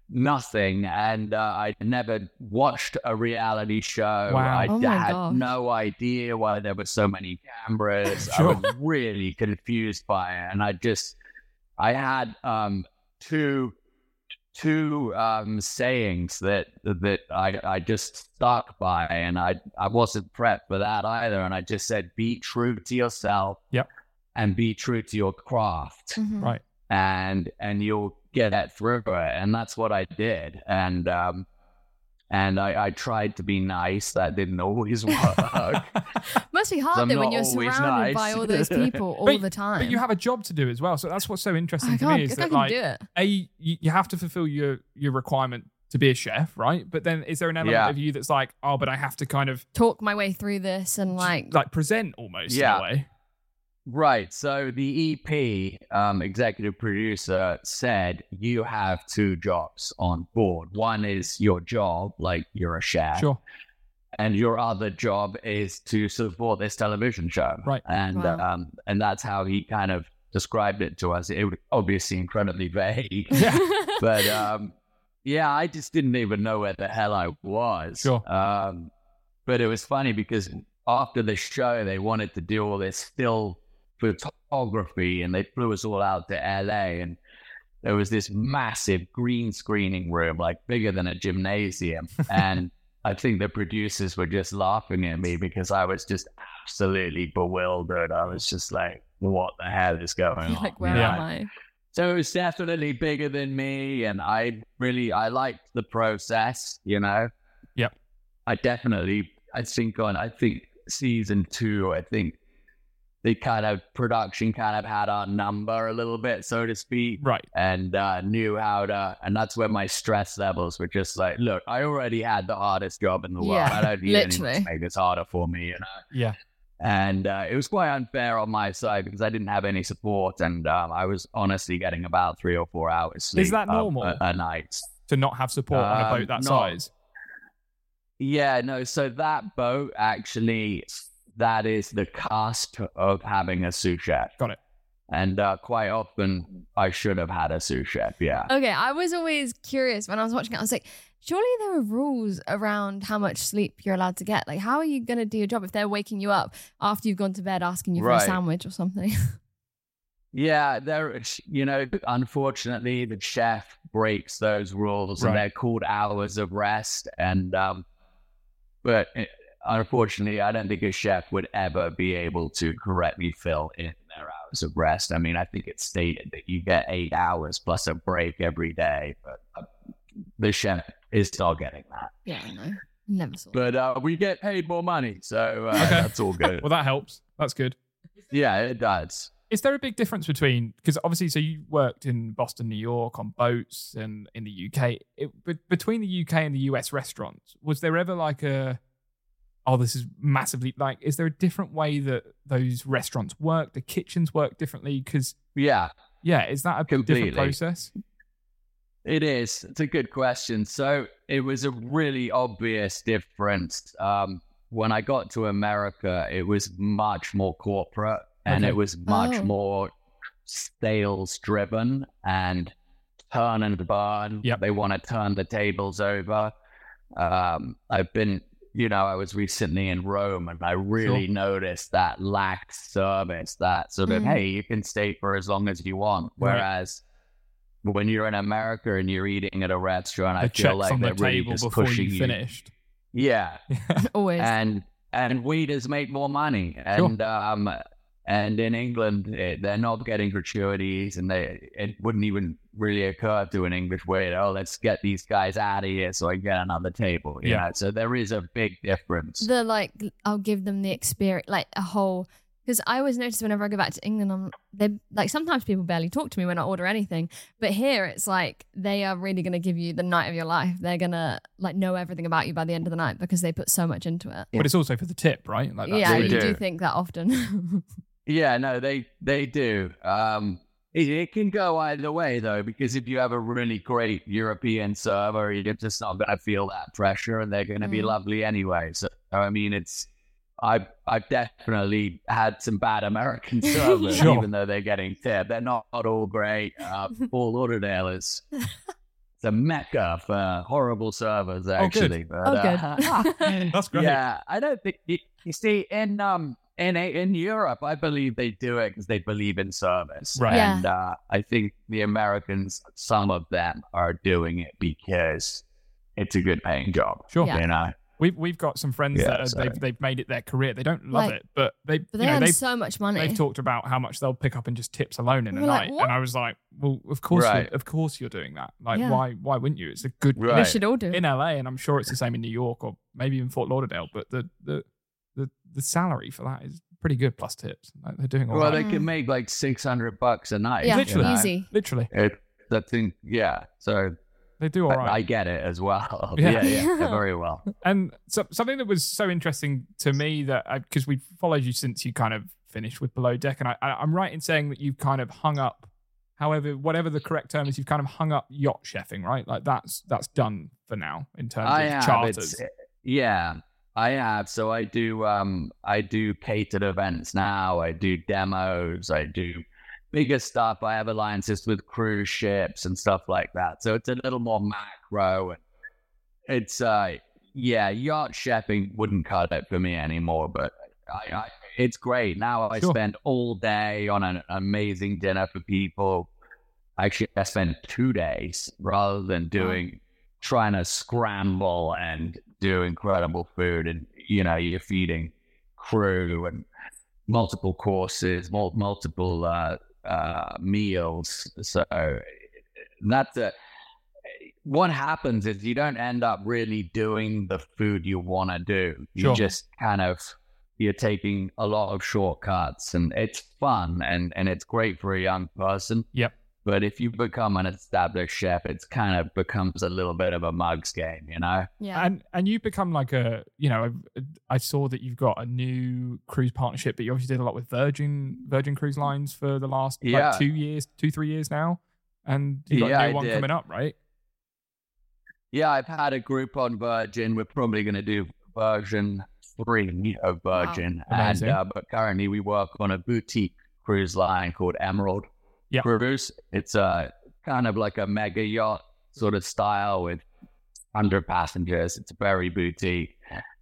Speaker 3: nothing, and uh, I never watched a reality show.
Speaker 1: Wow.
Speaker 3: I
Speaker 2: Oh my
Speaker 3: had
Speaker 2: gosh.
Speaker 3: no idea why there were so many cameras. I was really confused by it, and I just I had um two two um sayings that that I I just stuck by and I I wasn't prepped for that either and I just said be true to yourself
Speaker 1: Yep.
Speaker 3: and be true to your craft
Speaker 2: Mhm.
Speaker 1: Right.
Speaker 3: and and you'll get through it and that's what i did and um and i i tried to be nice that didn't *laughs* always
Speaker 1: *laughs*
Speaker 3: work
Speaker 2: Must be hard
Speaker 3: I'm
Speaker 2: though when
Speaker 3: not
Speaker 2: you're
Speaker 3: always
Speaker 2: surrounded
Speaker 3: nice.
Speaker 2: by all those people all the time.
Speaker 1: But you have a job to do as well, so that's what's so interesting
Speaker 2: I
Speaker 1: to
Speaker 2: can't-
Speaker 1: me is
Speaker 2: Oh I
Speaker 1: that
Speaker 2: can
Speaker 1: like
Speaker 2: do it.
Speaker 1: a you, you have to fulfill your your requirement to be a chef, right? But then is there an element
Speaker 3: Yeah.
Speaker 1: of you that's like, oh, but I have to kind of
Speaker 2: Talk my way through this and like, *laughs*
Speaker 1: like present almost in
Speaker 3: Yeah.
Speaker 1: a way.
Speaker 3: right so the ep um executive producer said you have two jobs on board one is your job like you're a chef
Speaker 1: Sure.
Speaker 3: and your other job is to support this television show.
Speaker 1: Right.
Speaker 3: And
Speaker 2: Wow.
Speaker 3: um, and that's how he kind of described it to us. It was obviously incredibly *laughs* vague,
Speaker 1: Yeah.
Speaker 3: but um, yeah, I just didn't even know where the hell I was.
Speaker 1: Sure.
Speaker 3: Um, but it was funny because after the show, they wanted to do all this still photography, and they flew us all out to LA, and there was this massive green screening room, like bigger than
Speaker 1: *laughs*
Speaker 3: a gymnasium, and I think the producers were just laughing at me because I was just absolutely bewildered. I was just like, "What the hell is going on?"
Speaker 2: like where
Speaker 3: You know?
Speaker 1: Yeah.
Speaker 2: am I?
Speaker 3: So it was definitely bigger than me, and I really I liked the process, you know.
Speaker 1: Yep.
Speaker 3: I definitely I think on I think season two I think the kind of production kind of had our number a little bit, so to speak,
Speaker 1: right.
Speaker 3: and uh, knew how to, and that's where my stress levels were just like, look, I already had the hardest job in the world.
Speaker 2: Yeah,
Speaker 3: I don't need anyone
Speaker 2: literally.
Speaker 3: to make this harder for me, you know.
Speaker 1: Yeah.
Speaker 3: And uh, it was quite unfair on my side because I didn't have any support, and um, I was honestly getting about three or four hours sleep.
Speaker 1: Is that
Speaker 3: um,
Speaker 1: normal?
Speaker 3: A, a night.
Speaker 1: To not have support on a
Speaker 3: Um,
Speaker 1: boat that
Speaker 3: no.
Speaker 1: size.
Speaker 3: Yeah, no. So that boat actually, that is the cost of having a sous chef.
Speaker 1: Got it.
Speaker 3: And uh, quite often, I should have had a sous chef. Yeah.
Speaker 2: Okay, I was always curious when I was watching it. I was like, surely there are rules around how much sleep you're allowed to get. Like, how are you going to do your job if they're waking you up after you've gone to bed asking you for
Speaker 3: Right.
Speaker 2: a sandwich or something? *laughs*
Speaker 3: Yeah, there. You know, unfortunately, the chef breaks those rules, and
Speaker 1: Right.
Speaker 3: they're called hours of rest. And um, but eh, unfortunately, I don't think a chef would ever be able to correctly fill in their hours of rest. I mean, I think it's stated that you get eight hours plus a break every day, but uh, the chef is not getting that.
Speaker 2: yeah, I know. Never saw.
Speaker 3: But uh, we get paid more money, so
Speaker 1: *laughs*
Speaker 3: uh,
Speaker 1: Okay.
Speaker 3: that's all good.
Speaker 1: Well, that helps. That's good.
Speaker 3: yeah, it does.
Speaker 1: Is there a big difference between because obviously, so you worked in Boston, New York, on boats, and in the UK. It, but between the UK and the US restaurants, was there ever like a oh, this is massively like? Is there a different way that those restaurants work? The kitchens work differently because
Speaker 3: Yeah.
Speaker 1: yeah, is that a
Speaker 3: Completely.
Speaker 1: different process?
Speaker 3: It is. It's a good question. So it was a really obvious difference. Um, when I got to America, it was much more corporate and
Speaker 1: Okay.
Speaker 3: it was much
Speaker 2: Oh.
Speaker 3: more sales driven and turn and burn.
Speaker 1: Yep.
Speaker 3: They want to turn the tables over. Um, I've been, you know, I was recently in Rome and I really noticed that lack service, that sort of,
Speaker 2: Mm.
Speaker 3: hey, you can stay for as long as you want.
Speaker 1: Right.
Speaker 3: Whereas when you're in America and you're eating at a restaurant, I
Speaker 1: the
Speaker 3: feel
Speaker 1: checks
Speaker 3: like
Speaker 1: on the
Speaker 3: they're really
Speaker 1: table
Speaker 3: just
Speaker 1: before
Speaker 3: pushing
Speaker 1: you
Speaker 3: you.
Speaker 1: finished.
Speaker 3: Yeah,
Speaker 2: *laughs* Always.
Speaker 3: and and waiters make more money, and um, And in England, eh, they're not getting gratuities, and they it wouldn't even really occur to an English waiter, oh, let's get these guys out of here so I can get another table. You
Speaker 1: Yeah.
Speaker 3: know? So there is a big difference.
Speaker 2: the like I'll give them the experience like a whole because I always notice whenever I go back to England I'm they like sometimes people barely talk to me when I order anything but here it's like they are really going to give you the night of your life they're going to like know everything about you by the end of the night because they put so much into it
Speaker 3: Yeah.
Speaker 1: But it's also for the tip, right? Like that's
Speaker 2: yeah
Speaker 3: They
Speaker 2: you
Speaker 3: do.
Speaker 2: do think that often *laughs*
Speaker 3: Yeah, no, they they do. Um, it, it can go either way though, because if you have a really great European server, you're just not going to feel that pressure, and they're going to be
Speaker 2: Mm.
Speaker 3: lovely anyway. So I mean, it's I I've definitely had some bad
Speaker 1: *laughs*
Speaker 3: American servers,
Speaker 1: Sure.
Speaker 3: even though they're getting tipped. They're not, not all great.
Speaker 1: *laughs*
Speaker 3: Uh, Paul Lauderdale is. It's a mecca for horrible servers,
Speaker 1: Oh, good. Ah.
Speaker 3: actually. But,
Speaker 2: oh *laughs*
Speaker 3: uh, *laughs*
Speaker 2: good
Speaker 1: That's great.
Speaker 3: yeah, I don't think you, you see in um in in Europe, I believe they do it because they believe in service,
Speaker 1: Right.
Speaker 2: Yeah.
Speaker 3: and uh, I think the Americans, some of them, are doing it because it's a good paying job.
Speaker 1: Sure.
Speaker 2: Yeah.
Speaker 3: You know,
Speaker 1: We've we've got some friends
Speaker 3: Yeah,
Speaker 1: that are,
Speaker 3: so-
Speaker 1: they've they've made it their career. They don't love
Speaker 2: Like-
Speaker 1: it, but they
Speaker 2: but
Speaker 1: you
Speaker 2: they
Speaker 1: know,
Speaker 2: earn
Speaker 1: they've
Speaker 2: so much money
Speaker 1: they've talked about how much they'll pick up in just tips alone in a
Speaker 2: We're like,
Speaker 1: night.
Speaker 2: "What?"
Speaker 1: and I was like, well, of course, you're-
Speaker 3: Right.
Speaker 1: of course you're doing that. Like,
Speaker 2: Yeah.
Speaker 1: why why wouldn't you? It's a good
Speaker 2: they
Speaker 3: Right.
Speaker 2: should all do it.
Speaker 1: in LA, and I'm sure it's the same in New York or maybe even Fort Lauderdale. But the the the, the salary for that is pretty good plus tips. Like, they're doing all
Speaker 3: well,
Speaker 1: right.
Speaker 3: they can make like six hundred bucks a
Speaker 2: Mm-hmm.
Speaker 3: night.
Speaker 2: yeah
Speaker 1: Literally.
Speaker 3: you know?
Speaker 2: easy
Speaker 1: Literally,
Speaker 3: It, that thing, yeah. So
Speaker 1: they do all
Speaker 3: I,
Speaker 1: right.
Speaker 3: I get it as well. *laughs*
Speaker 1: Yeah.
Speaker 3: Yeah, yeah,
Speaker 2: *laughs*
Speaker 3: yeah, very well.
Speaker 1: And so, something that was so interesting to me that because we've followed you since you kind of finished with Below Deck, and I, I, I'm right in saying that you've kind of hung up, however, whatever the correct term is, you've kind of hung up yacht chefing, right? Like that's that's done for now in terms
Speaker 3: I
Speaker 1: of
Speaker 3: have.
Speaker 1: charters.
Speaker 3: It's, yeah, I have. So I do. Um, I do catered events now. I do demos. I do bigger stuff. I have alliances with cruise ships and stuff like that. So it's a little more macro. And it's uh, yeah, yacht shipping wouldn't cut it for me anymore. But I, I it's great now. I
Speaker 1: Sure.
Speaker 3: spend all day on an amazing dinner for people. Actually, I spend two days rather than doing trying to scramble and do incredible food and you know you're feeding crew and multiple courses mul- multiple uh, uh, meals so that's a what happens is you don't end up really doing the food you want to do you
Speaker 1: Sure.
Speaker 3: just kind of you're taking a lot of shortcuts and it's fun and and it's great for a young person
Speaker 1: Yep.
Speaker 3: but if you become an established chef, it's kind of becomes a little bit of a mugs game, you know?
Speaker 2: yeah
Speaker 1: And and you've become like a you know a- I saw that you've got a new cruise partnership, but you obviously did a lot with Virgin Virgin Cruise Lines for the last
Speaker 3: Yeah.
Speaker 1: like two years, two three years now, and you got
Speaker 3: Yeah,
Speaker 1: a
Speaker 3: I
Speaker 1: new one
Speaker 3: did.
Speaker 1: coming up, right?
Speaker 3: Yeah, I've had a group on Virgin. We're probably going to do version three of
Speaker 2: Wow.
Speaker 3: Virgin, and
Speaker 1: Amazing.
Speaker 3: uh, but currently we work on a boutique cruise line called Emerald
Speaker 1: Yeah.
Speaker 3: Cruise. It's a kind of like a mega yacht sort of style with hundred passengers. It's very boutique,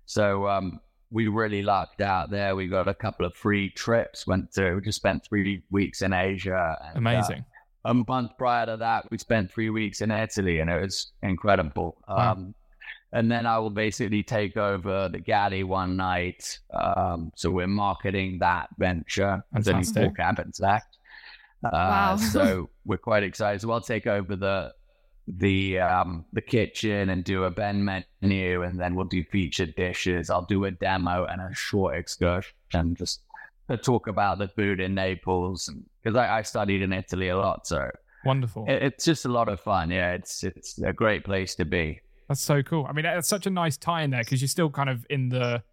Speaker 3: so um, we really lucked out there. We got a couple of free trips. Went to we just spent three weeks in Asia. and, uh,
Speaker 1: Amazing.
Speaker 3: a month prior to that, we spent three weeks in Italy, and it was incredible.
Speaker 1: Wow.
Speaker 3: Um, and then I will basically take over the galley one night. Um, so we're marketing that venture. There's only
Speaker 1: Fantastic.
Speaker 3: four cabins left. Uh,
Speaker 2: Wow.
Speaker 3: so *laughs* we're quite excited. So I'll take over the the um the kitchen and do a Ben menu, and then we'll do featured dishes. I'll do a demo and a short excursion just to talk about the food in Naples because I, I studied in Italy a lot, so
Speaker 1: Wonderful.
Speaker 3: it, it's just a lot of fun. Yeah, it's it's a great place to be.
Speaker 1: That's so cool. I mean, that's such a nice tie in there because you're still kind of in the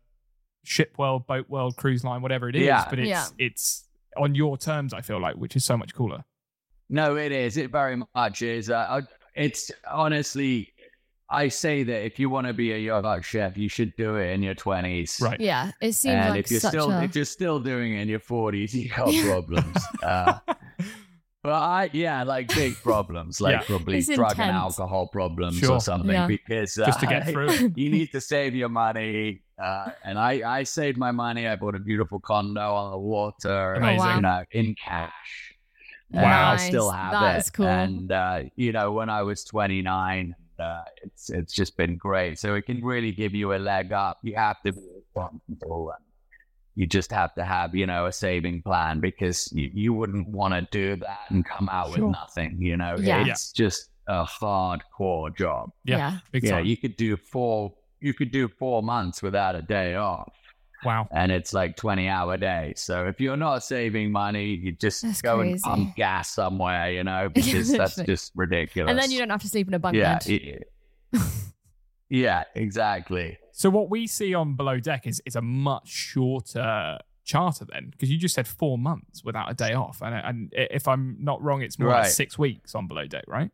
Speaker 1: ship world, boat world, cruise line, whatever it is.
Speaker 3: Yeah.
Speaker 1: But it's it's on your terms. I feel like, which is so much cooler.
Speaker 3: No, it is. It very much is. Uh, I- it's honestly, I say that if you want to be a yacht chef, you should do it in your twenties.
Speaker 1: Right.
Speaker 2: yeah it seems
Speaker 3: And
Speaker 2: like
Speaker 3: if you're
Speaker 2: such
Speaker 3: still
Speaker 2: a
Speaker 3: if you're still doing it in your forties, you
Speaker 2: *laughs*
Speaker 3: got
Speaker 2: Yeah.
Speaker 3: problems. Uh, But I, yeah, like big problems,
Speaker 1: *laughs*
Speaker 3: like
Speaker 1: Yeah.
Speaker 3: probably
Speaker 2: It's
Speaker 3: drug and
Speaker 2: intense.
Speaker 3: alcohol problems
Speaker 1: Sure.
Speaker 3: or something,
Speaker 2: Yeah.
Speaker 3: because uh,
Speaker 1: Just to get through.
Speaker 3: *laughs*
Speaker 2: *laughs*
Speaker 1: it.
Speaker 3: you need to save your money. Uh, and I, I saved my money. I bought a beautiful condo on the water,
Speaker 1: Amazing.
Speaker 2: Oh, wow.
Speaker 3: you know, in cash. And
Speaker 1: Wow.
Speaker 3: I still
Speaker 2: Nice.
Speaker 3: have
Speaker 2: That
Speaker 3: it.
Speaker 2: is cool.
Speaker 3: And uh, you know, when I was 29, uh, it's it's just been great. So it can really give you a leg up. You have to be responsible. you just have to have you know a saving plan because you, you wouldn't want to do that and come out
Speaker 1: Sure.
Speaker 3: with nothing you know
Speaker 2: Yeah.
Speaker 1: Yeah.
Speaker 3: it's just a hardcore job
Speaker 1: Yeah.
Speaker 2: yeah.
Speaker 1: Big
Speaker 3: yeah
Speaker 1: time.
Speaker 3: you could do four you could do four months without a day off
Speaker 1: Wow.
Speaker 3: and it's like 20 hour day so if you're not saving money you just
Speaker 2: That's
Speaker 3: go
Speaker 2: crazy.
Speaker 3: and pump gas somewhere you
Speaker 2: *laughs*
Speaker 3: know because that's
Speaker 2: literally.
Speaker 3: just ridiculous
Speaker 2: And then you don't have to sleep in a bunk
Speaker 3: yeah
Speaker 2: bed.
Speaker 3: it- yeah exactly
Speaker 1: So what we see on Below Deck is is a much shorter charter then, because you just said four months without a day off, and and i- if I'm not wrong, it's more like
Speaker 3: Right.
Speaker 1: six weeks on Below Deck, right?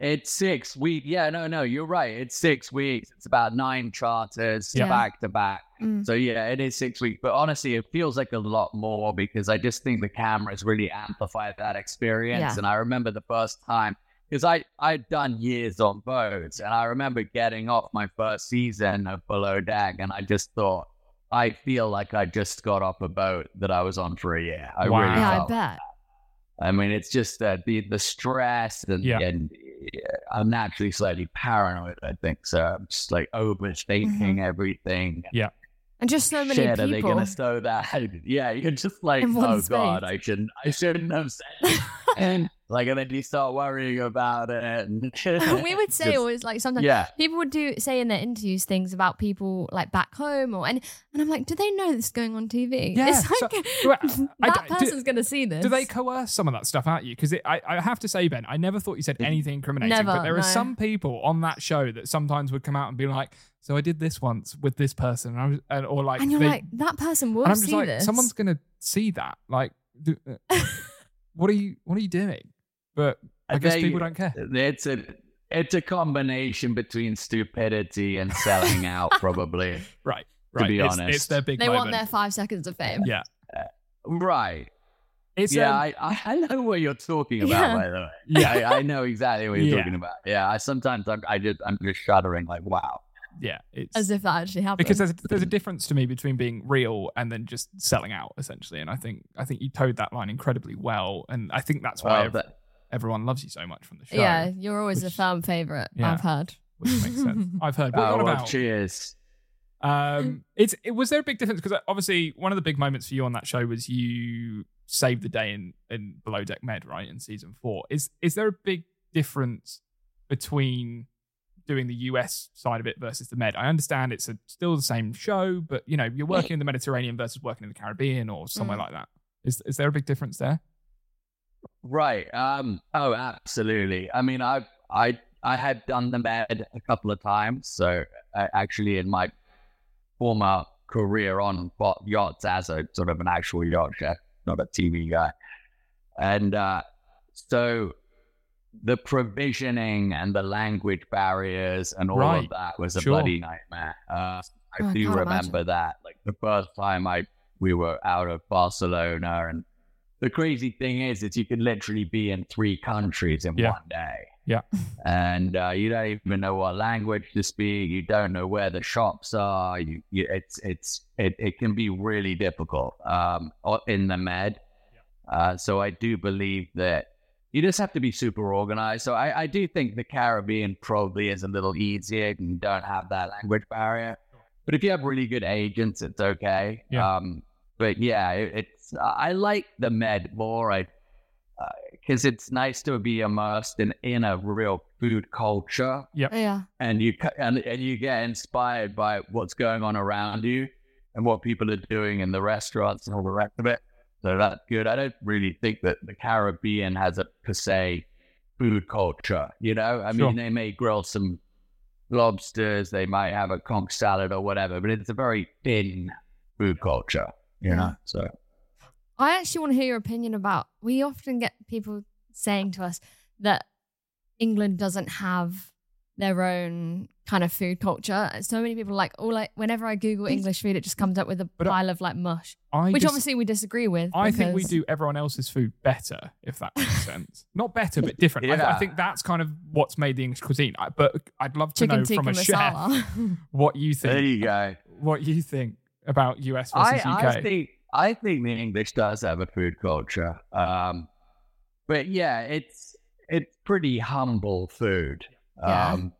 Speaker 3: It's six week. Yeah, no, no, you're right. It's six weeks. It's about nine charters
Speaker 2: Yeah.
Speaker 3: back to back.
Speaker 2: Mm.
Speaker 3: So yeah, it is six weeks. But honestly, it feels like a lot more because I just think the cameras really amplify that experience.
Speaker 2: Yeah.
Speaker 3: And I remember the first time because I I'd done years on boats, and I remember getting off my first season of Below Deck, and I just thought. I feel like I just got off a boat that I was on for a year. I
Speaker 1: Wow.
Speaker 3: really
Speaker 2: Yeah, I
Speaker 3: felt
Speaker 2: bet.
Speaker 3: I mean, it's just uh, the the stress and
Speaker 1: Yeah.
Speaker 3: and uh, I'm naturally slightly paranoid. I think so. I'm just like overthinking everything.
Speaker 2: And just Mm-hmm. so many
Speaker 3: Shit, are they
Speaker 2: people. *laughs*
Speaker 3: gonna stow that? *laughs* yeah, you're just like,
Speaker 2: In one
Speaker 3: oh god,
Speaker 2: space.
Speaker 3: I shouldn't, I shouldn't
Speaker 2: *laughs*
Speaker 3: have said. and like, and then you start worrying about it. And
Speaker 2: *laughs* we
Speaker 3: *laughs*
Speaker 1: *laughs*
Speaker 2: would say
Speaker 3: Just-
Speaker 2: always like sometimes
Speaker 3: yeah,
Speaker 2: people would do say in their interviews things about people like back home or and and I'm like, do they know this is going on *laughs* TV?
Speaker 1: Yeah,
Speaker 2: it's
Speaker 1: so-
Speaker 2: like
Speaker 1: Well, I-
Speaker 2: that
Speaker 1: I- do-
Speaker 2: person's gonna see this.
Speaker 1: Do they coerce some of that stuff out you? Because I, I have to say, Ben, I never thought you said anything incriminating.
Speaker 2: Never,
Speaker 1: but there
Speaker 2: no.
Speaker 1: are some people on that show that sometimes would come out and be like, "So I did this once with this person," and, I was, and or like,
Speaker 2: and you're
Speaker 1: they-
Speaker 2: like, that person will
Speaker 1: and I'm
Speaker 2: see
Speaker 1: just like,
Speaker 2: this.
Speaker 1: someone's gonna see that. Like, do,
Speaker 2: *laughs*
Speaker 1: uh, what are you? What are you doing? But I guess
Speaker 3: They-
Speaker 1: people don't care.
Speaker 3: it's a it's a combination between stupidity and selling out,
Speaker 2: *laughs*
Speaker 3: probably.
Speaker 1: Right.
Speaker 3: To
Speaker 1: Right.
Speaker 3: be
Speaker 1: it's,
Speaker 3: honest.
Speaker 1: it's their big
Speaker 2: they
Speaker 1: moment.
Speaker 2: want their five seconds of fame.
Speaker 1: Yeah.
Speaker 3: Right.
Speaker 1: it's
Speaker 3: yeah,
Speaker 1: um,
Speaker 3: I, I I know what you're talking about,
Speaker 2: *laughs* Yeah.
Speaker 3: by the way.
Speaker 1: yeah.
Speaker 3: I, I know exactly what you're
Speaker 1: Yeah.
Speaker 3: talking about. Yeah, I sometimes I'm, I just I'm just shuddering like, wow.
Speaker 1: Yeah, it's
Speaker 2: As if that actually happened.
Speaker 1: because there's a, there's a difference to me between being real and then just selling out essentially. And I think I think you towed that line incredibly well, and I think that's why
Speaker 3: Well,
Speaker 1: ev-
Speaker 3: that-
Speaker 1: everyone loves you so much from the show.
Speaker 2: yeah, you're always a
Speaker 1: which-
Speaker 2: fan favorite.
Speaker 1: Yeah.
Speaker 2: I've heard.
Speaker 1: which makes
Speaker 2: *laughs*
Speaker 1: sense. I've heard. What,
Speaker 3: oh,
Speaker 1: what
Speaker 3: well,
Speaker 1: about?
Speaker 3: cheers.
Speaker 1: Um, it's it, was there a big difference because obviously one of the big moments for you on that show was you saved the day in in Below Deck Med, right in season four. Is is there a big difference between doing the US side of it versus the Med? I understand it's a, still the same show, but you know you're working in the Mediterranean versus working in the Caribbean or somewhere
Speaker 2: Mm.
Speaker 1: like that. Is is there a big difference there?
Speaker 3: Right. Um. Oh, absolutely. I mean, I I I had done the med a couple of times. So uh, actually, in my former career on bo- yachts as a sort of an actual yacht chef, not a TV guy, and uh, so the provisioning and the language barriers and all
Speaker 1: Right.
Speaker 3: of that was a
Speaker 1: Sure.
Speaker 3: bloody nightmare. Uh, I
Speaker 2: Oh, I
Speaker 3: do
Speaker 2: can't
Speaker 3: remember that. Like the first time I we were out of Barcelona and the crazy thing is is you can literally be in three countries in
Speaker 1: Yeah.
Speaker 3: one day.
Speaker 1: Yeah.
Speaker 3: *laughs* And uh, you don't even know what language to speak. You don't know where the shops are. You, you it's it's it, it can be really difficult um o- in the med. Uh, so I do believe that you just have to be super organized. So I, I do think the Caribbean probably is a little easier and don't have that language barrier. But if you have really good agents, it's okay.
Speaker 1: Yeah.
Speaker 3: Um, but yeah, it, it's I like the med more. I because it's nice to be immersed in in a real food culture,
Speaker 2: Yeah.
Speaker 3: and you ca- and, and you get inspired by what's going on around you and what people are doing in the restaurants and all the rest of it. So that's good. I don't really think that the Caribbean has a per se food culture. You know, I
Speaker 1: Sure.
Speaker 3: mean, they may grill some lobsters, they might have a conch salad or whatever, but it's a very thin food culture. You know, so
Speaker 2: I actually want to hear your opinion about. We often get people saying to us that England doesn't have their own kind of food culture. So many people are like, all like, whenever I Google English food, it just comes up with a
Speaker 1: But I-
Speaker 2: pile of like mush,
Speaker 1: I
Speaker 2: which
Speaker 1: just-
Speaker 2: obviously we disagree with.
Speaker 1: I think we
Speaker 2: because-
Speaker 1: do everyone else's food better, if that
Speaker 2: *laughs*
Speaker 1: makes sense. Not better, but different. I, I
Speaker 3: Yeah.
Speaker 1: think that's kind of what's made the English cuisine. I, but I'd love to
Speaker 2: chicken
Speaker 1: know
Speaker 2: tikka
Speaker 1: from a chef
Speaker 2: masala. *laughs*
Speaker 1: what you
Speaker 3: there
Speaker 1: think.
Speaker 3: you go.
Speaker 1: What you think about US
Speaker 3: I,
Speaker 1: versus UK?
Speaker 3: I think I think the English does have a food culture, um, but yeah, it's it's pretty humble food.
Speaker 2: Yeah.
Speaker 3: Um,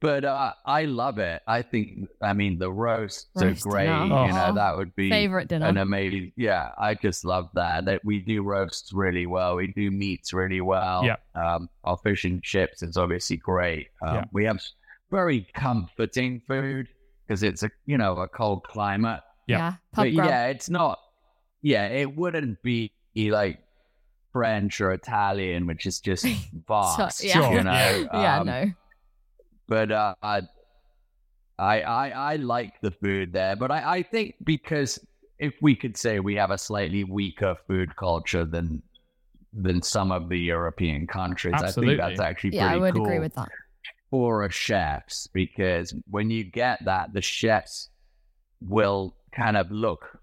Speaker 3: But uh, I love it. I think, I mean, the roasts
Speaker 2: Roast,
Speaker 3: are great.
Speaker 2: yeah.
Speaker 3: You
Speaker 2: Oh.
Speaker 3: know, that would be
Speaker 2: Favorite dinner.
Speaker 3: an amazing. Yeah, I just love that. That we do roasts really well. We do meats really well.
Speaker 1: Yeah.
Speaker 3: Um, our fish and chips is obviously great. Um,
Speaker 1: Yeah.
Speaker 3: We have s- very comforting food because it's a you know a cold climate.
Speaker 1: Yeah.
Speaker 2: Pub
Speaker 3: but
Speaker 2: grub.
Speaker 3: yeah, it's not. Yeah, it wouldn't be like French or Italian, which is
Speaker 2: *laughs*
Speaker 3: just vast.
Speaker 2: yeah.
Speaker 3: You know.
Speaker 2: yeah,
Speaker 3: Um,
Speaker 2: no.
Speaker 3: but uh, I, I, I, I like the food there. But I, I think because if we could say we have a slightly weaker food culture than than some of the European countries,
Speaker 1: Absolutely.
Speaker 3: I think that's actually
Speaker 2: Yeah, I
Speaker 3: pretty
Speaker 2: would
Speaker 3: cool
Speaker 2: agree with that.
Speaker 3: for a chefs because when you get that, the chefs will kind of look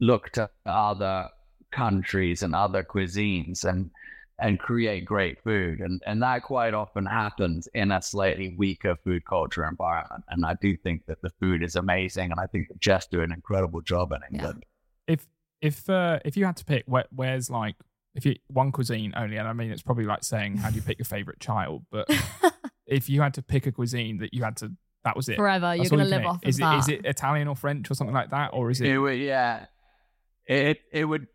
Speaker 3: look to other countries and other cuisines and and create great food and and that quite often happens in a slightly weaker food culture environment and I do think that the food is amazing and I think the chefs do an incredible job in
Speaker 2: Yeah.
Speaker 3: England.
Speaker 1: if if uh, if you had to pick where, where's like if you one cuisine only and i mean it's probably like saying how do you pick your favorite child
Speaker 2: *laughs*
Speaker 1: but if you had to pick a cuisine that you had to that was it
Speaker 2: Forever,
Speaker 1: That's
Speaker 2: you're
Speaker 1: all
Speaker 2: gonna
Speaker 1: you can
Speaker 2: live
Speaker 1: eat.
Speaker 2: off
Speaker 1: is
Speaker 2: of
Speaker 1: it,
Speaker 2: that.
Speaker 1: is it italian or french or something like that or is it
Speaker 3: It would, yeah. It it would.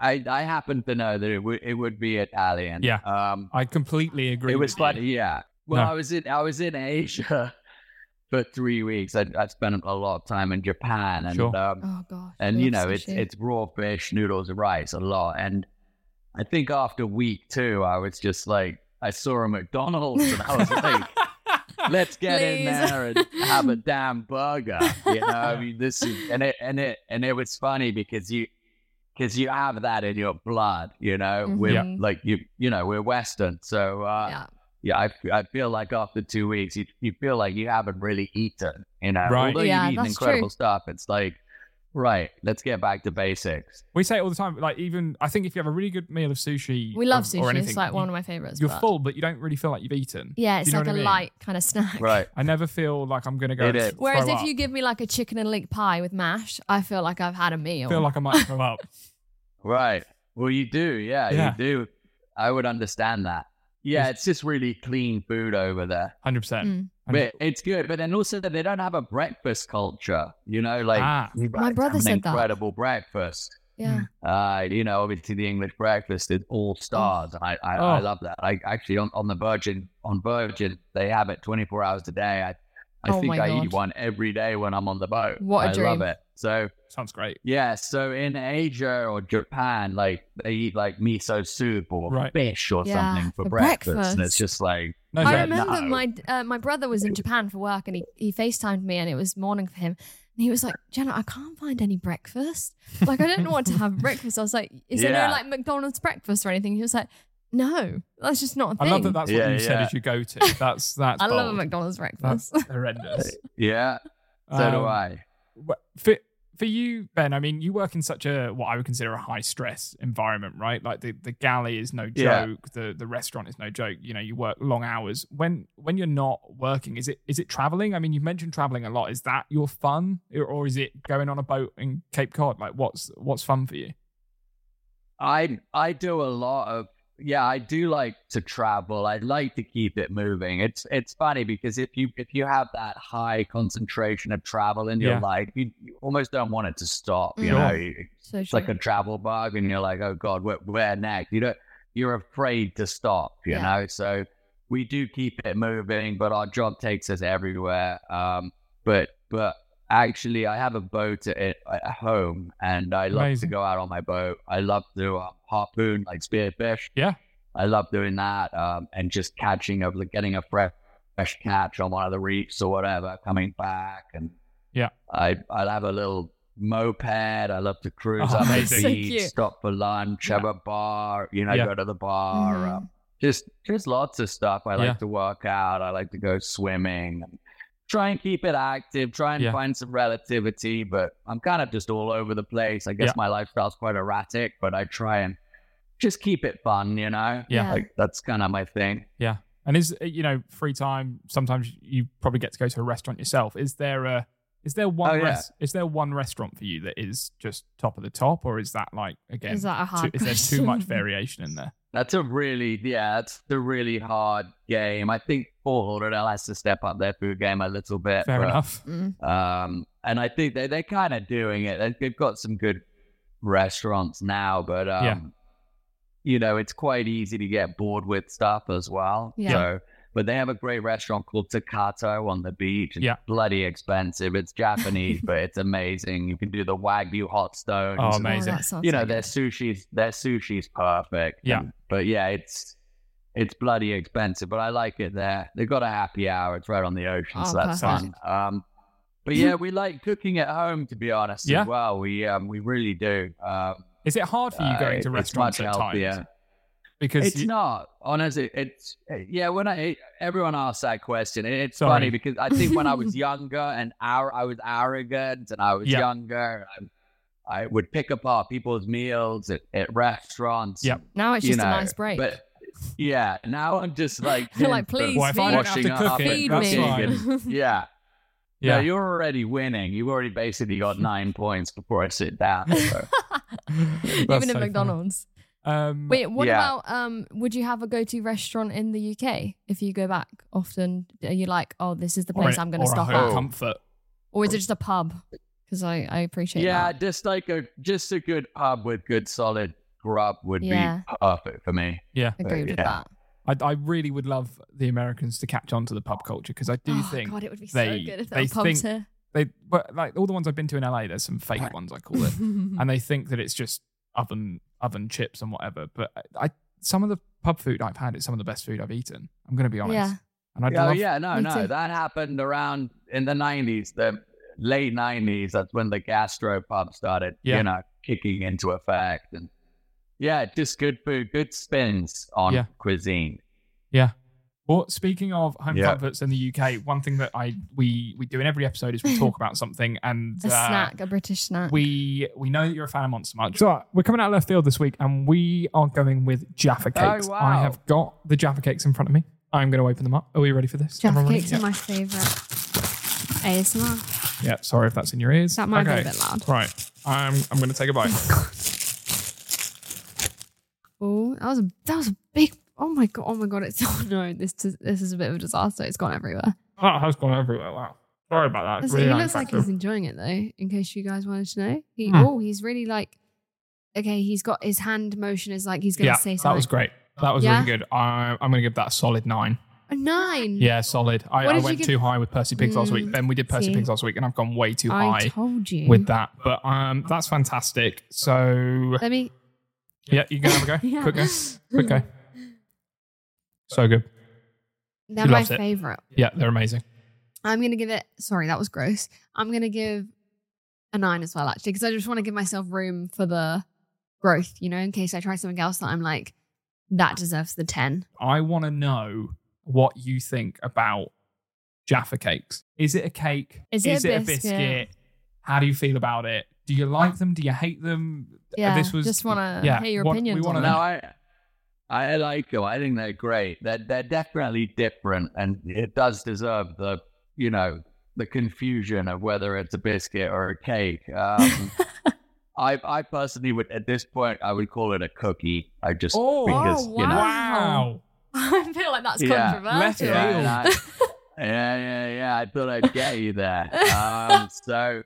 Speaker 3: I I happen to know that it would it would be Italian.
Speaker 1: Yeah.
Speaker 3: Um.
Speaker 1: i completely agree
Speaker 3: It was
Speaker 1: with you.
Speaker 3: funny, yeah. Well,
Speaker 1: No.
Speaker 3: I was in I was in Asia *laughs* for three weeks. I I spent a lot of time in Japan, and
Speaker 1: Sure.
Speaker 3: um,
Speaker 2: Oh gosh. I
Speaker 3: and you
Speaker 2: love
Speaker 3: know it's
Speaker 2: sushi.
Speaker 3: it's raw fish, noodles, and rice a lot. And I think after week two, I was just like I saw a McDonald's, and I was
Speaker 2: *laughs*
Speaker 3: like,
Speaker 1: *laughs*
Speaker 3: let's get in
Speaker 2: Please.
Speaker 3: there and
Speaker 2: *laughs*
Speaker 3: have a damn burger. You know, I mean, this is and it and it and it was funny because you because you have that in your blood. You know, we're
Speaker 2: Mhm.
Speaker 3: like you you know we're Western, so uh,
Speaker 2: Yeah.
Speaker 3: yeah, I, I feel like after two weeks, you, you feel like you haven't really eaten, you know.
Speaker 1: Right.
Speaker 3: Although
Speaker 2: Yeah,
Speaker 3: you've eaten
Speaker 2: that's
Speaker 3: incredible
Speaker 2: true.
Speaker 3: stuff, it's like, right, let's get back to basics.
Speaker 1: we say it all the time like even i think if you have a really good meal of sushi
Speaker 2: we love
Speaker 1: or-
Speaker 2: sushi.
Speaker 1: or anything
Speaker 2: it's like
Speaker 1: you-
Speaker 2: one of my favorites.
Speaker 1: you're
Speaker 2: but-
Speaker 1: full but you don't really feel like you've eaten
Speaker 2: Yeah, it's
Speaker 1: you know
Speaker 2: like
Speaker 1: what
Speaker 2: a
Speaker 1: I mean?
Speaker 2: light kind of snack.
Speaker 3: Right.
Speaker 1: i never feel like i'm gonna go
Speaker 3: It is.
Speaker 2: Whereas
Speaker 1: throw
Speaker 2: if
Speaker 1: up.
Speaker 2: you give me like a chicken and link pie with mash, I feel like I've had a meal.
Speaker 1: feel like i might throw
Speaker 2: *laughs*
Speaker 1: up
Speaker 3: Right. Well, you do. Yeah,
Speaker 1: Yeah.
Speaker 3: you do. I would understand that. Yeah, it's just really clean food over there.
Speaker 1: 100
Speaker 2: Mm.
Speaker 1: percent.
Speaker 3: But it's good. But then also that they don't have a breakfast culture, you know, like
Speaker 1: Ah.
Speaker 3: you
Speaker 2: My
Speaker 3: guys
Speaker 2: brother
Speaker 3: have an
Speaker 2: said that.
Speaker 3: incredible breakfast.
Speaker 1: Mm.
Speaker 2: yeah.
Speaker 3: Uh, you know, obviously the English breakfast is all
Speaker 2: Oh,
Speaker 3: stars, and I I, I
Speaker 1: Oh.
Speaker 3: love that. I actually on, on the Virgin on Virgin they have it 24 hours a day. I I
Speaker 2: Oh
Speaker 3: think
Speaker 2: my
Speaker 3: I
Speaker 2: God.
Speaker 3: eat one every day when I'm on the boat.
Speaker 2: What a
Speaker 3: I love
Speaker 2: dream.
Speaker 3: it. So
Speaker 1: sounds great
Speaker 3: yeah, so in Asia or Japan, like they eat like miso soup or
Speaker 1: Right.
Speaker 3: fish or
Speaker 2: Yeah,
Speaker 3: something for,
Speaker 2: for
Speaker 3: breakfast. and
Speaker 2: breakfast.
Speaker 3: it's just like
Speaker 1: no
Speaker 2: I
Speaker 1: yeah,
Speaker 3: don't know.
Speaker 2: remember
Speaker 3: no.
Speaker 2: my uh, my brother was in Japan for work and he, he FaceTimed me and it was morning for him. And he was like, Jenna, I can't find any breakfast. Like, I don't want to have breakfast. I was like, is there
Speaker 3: Yeah.
Speaker 2: no like McDonald's breakfast or anything? He was like, no, that's just not a
Speaker 1: I
Speaker 2: thing.
Speaker 1: love that. That's what
Speaker 3: Yeah,
Speaker 1: you said
Speaker 3: yeah.
Speaker 1: as you go to. That's that's.
Speaker 2: I love a
Speaker 1: bold.
Speaker 2: McDonald's
Speaker 1: That's
Speaker 2: breakfast.
Speaker 1: horrendous.
Speaker 3: yeah, *laughs* so do
Speaker 1: Um,
Speaker 3: I.
Speaker 1: wh- For for you, Ben. I mean, you work in such a what I would consider a high stress environment, right? Like the, the galley is no
Speaker 3: Yeah.
Speaker 1: joke. The the restaurant is no joke. You know, you work long hours. When when you're not working, is it is it traveling? I mean, you've mentioned traveling a lot. Is that your fun, or or is it going on a boat in Cape Cod? Like, what's what's fun for you?
Speaker 3: I I do a lot of yeah, I do like to travel. I like to keep it moving. It's it's funny because if you if you have that high concentration of travel in your
Speaker 1: Yeah.
Speaker 3: life, you, you almost don't want it to stop. You
Speaker 2: Mm.
Speaker 3: know,
Speaker 1: Sure.
Speaker 3: You-
Speaker 2: *laughs* so
Speaker 3: it's like a travel bug, and you're like, oh god, where, where next? You don't. You're afraid to stop. You
Speaker 2: Yeah.
Speaker 3: know, so we do keep it moving, but our job takes us everywhere. Um, but but actually, I have a boat at, at home, and I love
Speaker 1: Amazing.
Speaker 3: to go out on my boat. I love to uh, harpoon like spearfish.
Speaker 1: Yeah.
Speaker 3: I love doing that, um, and just catching of like, getting a fresh fresh catch on one of the reefs or whatever, coming back, and
Speaker 1: Yeah.
Speaker 3: I I'll have a little moped. I love to cruise
Speaker 1: Oh,
Speaker 3: up the
Speaker 1: amazing.
Speaker 2: So
Speaker 3: beach,
Speaker 2: cute.
Speaker 3: stop for lunch, have a bar, you know,
Speaker 1: Yeah.
Speaker 3: go to the bar.
Speaker 2: Mhm.
Speaker 3: Um, just just lots of stuff. I like
Speaker 1: Yeah.
Speaker 3: to work out. I like to go swimming. Try and keep it active. Try and
Speaker 1: Yeah.
Speaker 3: find some relativity. But I'm kind of just all over the place. I guess
Speaker 1: Yeah.
Speaker 3: my lifestyle's quite erratic, but I try and just keep it fun. You know,
Speaker 1: Yeah.
Speaker 2: Yeah.
Speaker 3: like that's kind of my thing.
Speaker 1: And is uh, you know free time? Sometimes you probably get to go to a restaurant yourself. Is there a is there one
Speaker 3: Oh, yeah.
Speaker 1: res- is there one restaurant for you that is just top of the top, or is that like again
Speaker 2: Is that a hard
Speaker 1: too, is there
Speaker 2: question?
Speaker 1: too much variation in there?
Speaker 3: That's a really, yeah, that's a really hard game. I think Fort Lauderdale has to step up their food game a little bit.
Speaker 1: Fair
Speaker 3: but,
Speaker 1: enough.
Speaker 2: Mm.
Speaker 3: Um, and I think they, they're kind of doing it. They- They've got some good restaurants now, but, um,
Speaker 1: Yeah.
Speaker 3: you know, it's quite easy to get bored with stuff as well.
Speaker 2: Yeah.
Speaker 3: So, but they have a great restaurant called Takato on the beach. It's
Speaker 1: Yeah.
Speaker 3: bloody expensive.
Speaker 1: *laughs*
Speaker 3: It's Japanese, but it's amazing. You can do the Wagyu hot stones.
Speaker 1: Oh,
Speaker 3: and
Speaker 1: Amazing.
Speaker 2: *laughs* Oh, that sounds
Speaker 3: you know
Speaker 2: so
Speaker 3: their
Speaker 2: good.
Speaker 3: sushi's their sushi's perfect.
Speaker 1: Yeah.
Speaker 3: And- but yeah, it's it's bloody expensive, but I like it there. They've got a happy hour. It's right on the ocean,
Speaker 2: Oh,
Speaker 3: so that's
Speaker 2: perfect.
Speaker 3: fun. Um, but yeah, we like cooking at home to be honest.
Speaker 1: Yeah.
Speaker 3: as well. We um we really do. Um,
Speaker 1: Is it hard for you
Speaker 3: uh,
Speaker 1: going
Speaker 3: it-
Speaker 1: to
Speaker 3: it's
Speaker 1: restaurants
Speaker 3: much
Speaker 1: at
Speaker 3: healthier.
Speaker 1: times? Because
Speaker 3: It's
Speaker 1: you-
Speaker 3: not honestly. It's yeah. When I everyone asks that question, it- it's
Speaker 1: Sorry.
Speaker 3: funny because I think when I
Speaker 1: *laughs*
Speaker 3: was younger and ar- I was arrogant and I was
Speaker 1: Yeah.
Speaker 3: younger, I, I would pick apart people's meals at, at restaurants.
Speaker 1: Yeah.
Speaker 2: Now it's
Speaker 3: you
Speaker 2: just a
Speaker 3: know,
Speaker 2: nice break.
Speaker 3: But yeah, now I'm just like,
Speaker 2: *laughs* You're like,
Speaker 3: in for
Speaker 2: please
Speaker 1: Well, if I don't have
Speaker 3: washing
Speaker 1: to cook
Speaker 3: up
Speaker 1: it,
Speaker 3: and
Speaker 2: feed
Speaker 1: that's
Speaker 2: me.
Speaker 3: cooking
Speaker 1: *laughs* fine.
Speaker 3: and- yeah, yeah.
Speaker 1: yeah,
Speaker 3: you're already winning. You've already basically
Speaker 2: *laughs*
Speaker 3: got nine points before I sit down. So.
Speaker 1: That's
Speaker 2: Even
Speaker 1: so
Speaker 2: at
Speaker 1: funny.
Speaker 2: McDonald's.
Speaker 1: Um,
Speaker 2: Wait, what
Speaker 3: Yeah.
Speaker 2: about um? Would you have a go-to restaurant in the UK if you go back often? Are you like, oh, this is the
Speaker 1: or
Speaker 2: place
Speaker 1: a-
Speaker 2: I'm going
Speaker 1: or
Speaker 2: to
Speaker 1: a
Speaker 2: stop
Speaker 1: home
Speaker 2: at,
Speaker 1: Comfort.
Speaker 2: or is it just a pub? Because I I appreciate
Speaker 3: yeah,
Speaker 2: that.
Speaker 3: just like a just a good pub with good solid grub would
Speaker 2: Yeah.
Speaker 3: be perfect for me.
Speaker 2: Agreed with
Speaker 3: yeah.
Speaker 2: that.
Speaker 1: I, I really would love the Americans to catch on to the pub culture because I do
Speaker 2: oh,
Speaker 1: think
Speaker 2: God, it would be
Speaker 1: they-
Speaker 2: so good if
Speaker 1: they
Speaker 2: there were pubs
Speaker 1: think- *laughs*
Speaker 2: here.
Speaker 1: they but like all the ones I've been to in LA. There's some fake ones I call
Speaker 2: *laughs*
Speaker 1: it, and they think that it's just oven oven chips and whatever. But I, I some of the pub food I've had is some of the best food I've eaten. I'm going to be honest.
Speaker 2: Yeah.
Speaker 1: And I'd
Speaker 3: oh
Speaker 1: love
Speaker 3: yeah, no,
Speaker 2: Me
Speaker 3: no,
Speaker 2: too.
Speaker 3: that happened around in the nineties, the late nineties. That's when the gastro pub started,
Speaker 1: Yeah.
Speaker 3: you know, kicking into effect, and yeah, just good food, good spins on
Speaker 1: Yeah.
Speaker 3: cuisine.
Speaker 1: Well, speaking of home
Speaker 3: Yeah.
Speaker 1: comforts in the UK, one thing that I we we do in every episode is we *laughs* talk about something and
Speaker 2: a
Speaker 1: uh,
Speaker 2: snack, a British snack.
Speaker 1: We we know that you're a fan of Monster Munch. So we're coming out of left field this week, and we are going with Jaffa
Speaker 3: Oh,
Speaker 1: cakes.
Speaker 3: wow.
Speaker 1: I have got the Jaffa cakes in front of me. I'm going to open them up. Are we ready for this?
Speaker 2: Jaffa
Speaker 1: Everyone ready?
Speaker 2: cakes are my favorite. ASMR.
Speaker 1: yeah. yeah. Sorry if that's in your ears.
Speaker 2: That might be a bit loud.
Speaker 1: Right. I'm I'm going to take a
Speaker 2: *laughs*
Speaker 1: bite.
Speaker 2: Oh, that was a that was a big. Oh my god! Oh my god! It's *laughs* oh no! This is- this is a bit of a disaster. It's gone everywhere.
Speaker 1: that has gone everywhere. Wow. Sorry about that. It's
Speaker 2: Listen,
Speaker 1: really
Speaker 2: he looks like
Speaker 1: unattractive.
Speaker 2: he's enjoying it though. In case you guys wanted to know, he
Speaker 1: Hmm.
Speaker 2: oh he's really like okay. He's got his hand motion is like he's gonna
Speaker 1: yeah,
Speaker 2: say something.
Speaker 1: that was great. That was
Speaker 2: Yeah?
Speaker 1: really good. I, I'm going to give that a solid nine.
Speaker 2: A nine.
Speaker 1: Yeah, solid. I,
Speaker 2: Mm. What
Speaker 1: I
Speaker 2: did you
Speaker 1: went
Speaker 2: give-
Speaker 1: too high with Percy Pigs last week.
Speaker 2: Mm,
Speaker 1: Then we did Percy
Speaker 2: see.
Speaker 1: Pigs last week, and I've gone way too
Speaker 2: I
Speaker 1: high
Speaker 2: told you.
Speaker 1: with that. But um, that's fantastic.
Speaker 2: *laughs*
Speaker 1: So
Speaker 2: Let me.
Speaker 1: yeah, you can have a go.
Speaker 2: *laughs* Yeah.
Speaker 1: Quick go. Quick go. So good.
Speaker 2: They're
Speaker 1: She
Speaker 2: my
Speaker 1: loves it.
Speaker 2: favorite.
Speaker 1: Yeah, they're amazing.
Speaker 2: I'm gonna give it. Sorry, that was gross. I'm gonna give a nine as well, actually, because I just want to give myself room for the growth. You know, in case I try something else that I'm like that deserves the ten.
Speaker 1: I want to know what you think about Jaffa cakes. Is it a cake?
Speaker 2: Is it a biscuit?
Speaker 1: How do you feel about it? Do you like them? Do you hate them?
Speaker 2: Yeah,
Speaker 1: this was-
Speaker 2: just want to
Speaker 1: yeah,
Speaker 2: hear your
Speaker 1: what- we
Speaker 2: opinions.
Speaker 1: wanna
Speaker 2: on
Speaker 1: know.
Speaker 2: it.
Speaker 3: No, I I like them. I think they're great. They're they're definitely different, and it does deserve the you know the confusion of whether it's a biscuit or a cake.
Speaker 1: *laughs*
Speaker 3: Um, I I personally would at this point I would call it a cookie. I just
Speaker 1: Oh,
Speaker 3: because
Speaker 2: oh,
Speaker 3: you know
Speaker 1: Wow.
Speaker 2: *laughs* I feel like that's
Speaker 3: Yeah.
Speaker 1: Left
Speaker 2: controversial.
Speaker 1: it out.
Speaker 3: yeah, and
Speaker 1: *laughs*
Speaker 3: I, yeah, yeah, yeah. I thought I'd get you there.
Speaker 1: *laughs*
Speaker 3: Um, so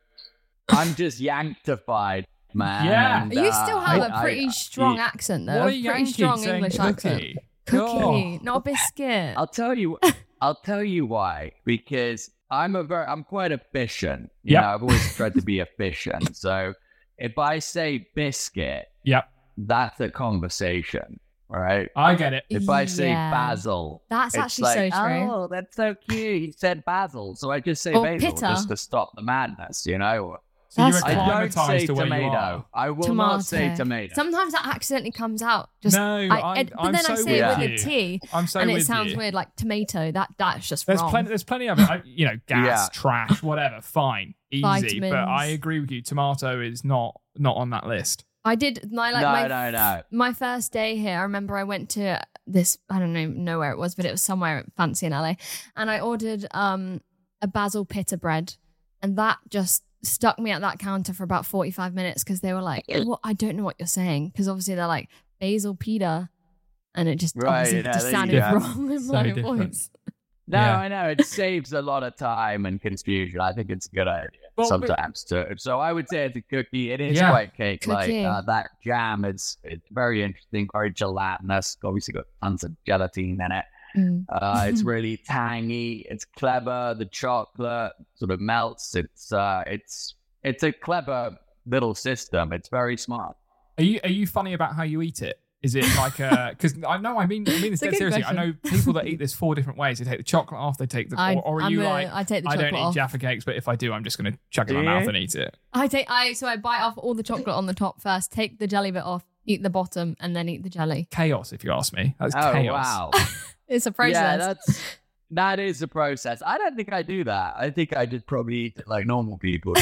Speaker 3: I'm just yanktified, man.
Speaker 1: Yeah.
Speaker 3: and,
Speaker 2: You
Speaker 3: uh,
Speaker 2: still have
Speaker 3: I-
Speaker 2: a pretty
Speaker 3: I-
Speaker 2: strong
Speaker 3: yeah.
Speaker 2: accent,
Speaker 1: What
Speaker 2: though.
Speaker 1: are
Speaker 2: A pretty
Speaker 1: Yankees
Speaker 2: strong
Speaker 1: saying
Speaker 2: English
Speaker 1: cookie?
Speaker 2: accent.
Speaker 1: God.
Speaker 2: Cookie, not a biscuit.
Speaker 3: I'll tell
Speaker 2: *laughs*
Speaker 3: you. I'll tell you why. Because I'm a very. I'm quite efficient. You
Speaker 1: Yep.
Speaker 3: know, I've always tried to be efficient. So if I say biscuit,
Speaker 1: Yep.
Speaker 3: that's a conversation, right?
Speaker 1: I get it.
Speaker 3: If I say
Speaker 2: Yeah.
Speaker 3: basil,
Speaker 2: That's
Speaker 3: it's
Speaker 2: actually
Speaker 3: like,
Speaker 2: so true.
Speaker 3: oh, that's so cute. He said basil, so I just say
Speaker 2: Or
Speaker 3: basil
Speaker 2: pitta.
Speaker 3: just to stop the madness, you know.
Speaker 1: So
Speaker 2: That's
Speaker 1: you're
Speaker 3: I
Speaker 2: fine.
Speaker 3: don't say
Speaker 1: acclimatized to where you are.
Speaker 3: tomato. I will
Speaker 2: tomato.
Speaker 3: not say tomato.
Speaker 2: Sometimes that accidentally comes out. Just
Speaker 1: no,
Speaker 2: I,
Speaker 1: I,
Speaker 2: and-
Speaker 1: am
Speaker 2: but then
Speaker 1: so
Speaker 2: I say
Speaker 1: with
Speaker 2: it with
Speaker 1: you.
Speaker 2: a T,
Speaker 1: I'm so
Speaker 2: and
Speaker 1: with
Speaker 2: it sounds
Speaker 1: you.
Speaker 2: weird, like tomato. That that's just
Speaker 1: There's
Speaker 2: wrong.
Speaker 1: plenty. There's plenty of it. I- You know, gas,
Speaker 3: Yeah.
Speaker 1: trash, whatever. Fine, easy.
Speaker 2: Vitamins.
Speaker 1: But I agree with you. Tomato is not not on that list.
Speaker 2: I did my like
Speaker 3: no,
Speaker 2: my
Speaker 3: no, no.
Speaker 2: my first day here, I remember I went to this, I don't know, know where it was, but it was somewhere fancy in LA. And I ordered um, a basil pita bread. And that just stuck me at that counter for about 45 minutes because they were like, well, I don't know what you're saying. Because obviously they're like, basil pita. and it just
Speaker 3: Right,
Speaker 2: obviously
Speaker 3: yeah,
Speaker 2: just
Speaker 3: there you
Speaker 2: sounded
Speaker 1: go.
Speaker 2: wrong in
Speaker 1: So
Speaker 2: my
Speaker 1: different.
Speaker 2: voice.
Speaker 3: No,
Speaker 1: Yeah.
Speaker 3: I know it saves a lot of time and confusion. I think it's a good idea
Speaker 1: Well, but-
Speaker 3: sometimes too. So I would say it's a cookie. It is
Speaker 1: Yeah.
Speaker 3: quite cake like.
Speaker 2: Cookie.
Speaker 3: Uh, that jam is it's very interesting, very gelatinous. Obviously got tons of gelatine in it.
Speaker 2: Mm.
Speaker 3: Uh,
Speaker 1: *laughs*
Speaker 3: it's really tangy. It's clever. The chocolate sort of melts. It's uh, it's it's a clever little system. It's very smart.
Speaker 1: Are you are you funny about how you eat it? Is it like a
Speaker 2: *laughs*
Speaker 1: because I know I mean I mean this
Speaker 2: It's a
Speaker 1: dead
Speaker 2: good
Speaker 1: seriously. I know
Speaker 2: question.
Speaker 1: people that
Speaker 2: *laughs*
Speaker 1: eat this four different ways. They take the chocolate off. They take the
Speaker 2: I,
Speaker 1: or, or are
Speaker 2: I'm
Speaker 1: you
Speaker 2: a-
Speaker 1: like
Speaker 2: I take the
Speaker 1: I
Speaker 2: chocolate
Speaker 1: don't eat
Speaker 2: off.
Speaker 1: Jaffa cakes, but if I do, I'm just gonna chuck it in
Speaker 3: Do
Speaker 1: my mouth
Speaker 3: you?
Speaker 1: and eat it.
Speaker 2: I take I so I bite off all the chocolate on the top first, take the jelly bit off, eat the bottom, and then eat the jelly.
Speaker 1: Chaos, if you ask me. That's
Speaker 3: oh
Speaker 1: chaos.
Speaker 3: wow!
Speaker 1: *laughs*
Speaker 2: It's a process.
Speaker 3: Yeah, that's that is a process. I don't think I do that. I think I just probably eat it like normal people.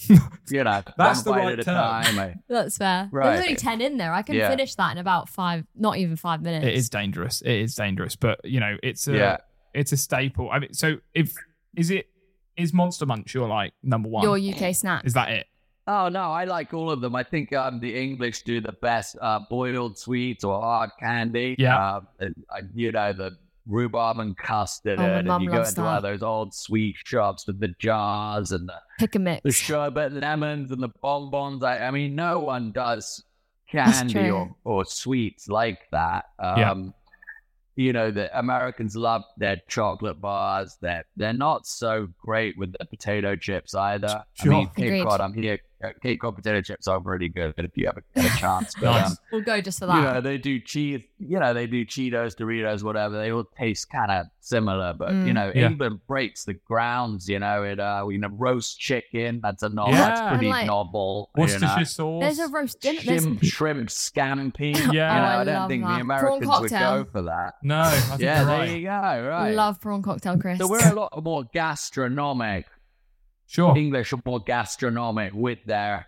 Speaker 1: *laughs*
Speaker 3: you know,
Speaker 1: That's
Speaker 3: one
Speaker 1: the
Speaker 3: bite
Speaker 1: right
Speaker 3: at a
Speaker 1: term.
Speaker 3: time. I-
Speaker 2: That's fair. There's
Speaker 3: Right.
Speaker 2: only ten in there. I can
Speaker 3: Yeah.
Speaker 2: finish that in about five, not even five minutes.
Speaker 1: It is dangerous. It is dangerous, but you know it's a
Speaker 3: yeah,
Speaker 1: it's a staple. I mean, so if is it is Monster Munch your like number one?
Speaker 2: your UK snack.
Speaker 1: is that it?
Speaker 3: Oh no, I like all of them. I think um, the English do the best uh, boiled sweets or hard candy.
Speaker 1: Yeah.
Speaker 3: uh, uh, you know the rhubarb and custard,
Speaker 2: Oh, my
Speaker 3: and
Speaker 2: mum
Speaker 3: you go
Speaker 2: loves
Speaker 3: into one of
Speaker 2: that.
Speaker 3: those old sweet shops with the jars and the,
Speaker 2: Pick a mix.
Speaker 3: the sherbet lemons and the bonbons. I, I mean, no one does candy
Speaker 2: true.
Speaker 3: or, or sweets like that. Um,
Speaker 1: Yeah.
Speaker 3: You know, the Americans love their chocolate bars. They're, they're not so great with the potato chips either.
Speaker 1: Sure.
Speaker 3: I mean, Cape
Speaker 2: Agreed.
Speaker 3: Cod, I'm here. uh, Cape Cod potato chips are really good, but if you ever get a chance, but,
Speaker 1: Nice.
Speaker 3: um,
Speaker 2: *laughs* We'll go just for
Speaker 3: you
Speaker 2: that.
Speaker 3: know, they do cheese. You know, they do Cheetos, Doritos, whatever. They all taste kind of similar, but you
Speaker 2: Mm.
Speaker 3: know,
Speaker 1: Yeah.
Speaker 3: England breaks the grounds. You know, it. Uh, you know, roast chicken. That's a novel.
Speaker 1: Yeah.
Speaker 3: That's pretty
Speaker 2: And, like,
Speaker 3: novel. you know.
Speaker 1: Worcestershire sauce.
Speaker 2: There's a roast dinner. There's,
Speaker 3: Shrimp, shrimp
Speaker 2: *laughs*
Speaker 3: scampi.
Speaker 1: Yeah.
Speaker 3: You know,
Speaker 2: Oh, I
Speaker 3: I, don't
Speaker 2: love
Speaker 3: think
Speaker 2: that.
Speaker 3: the
Speaker 2: Prawn
Speaker 3: Americans would
Speaker 2: cocktail.
Speaker 3: go for that.
Speaker 1: no, I think
Speaker 3: Yeah,
Speaker 1: you're
Speaker 3: there
Speaker 1: right.
Speaker 3: you go. Right.
Speaker 2: love prawn cocktail crisps.
Speaker 3: so we're a lot more gastronomic.
Speaker 1: Sure.
Speaker 3: English are more gastronomic with their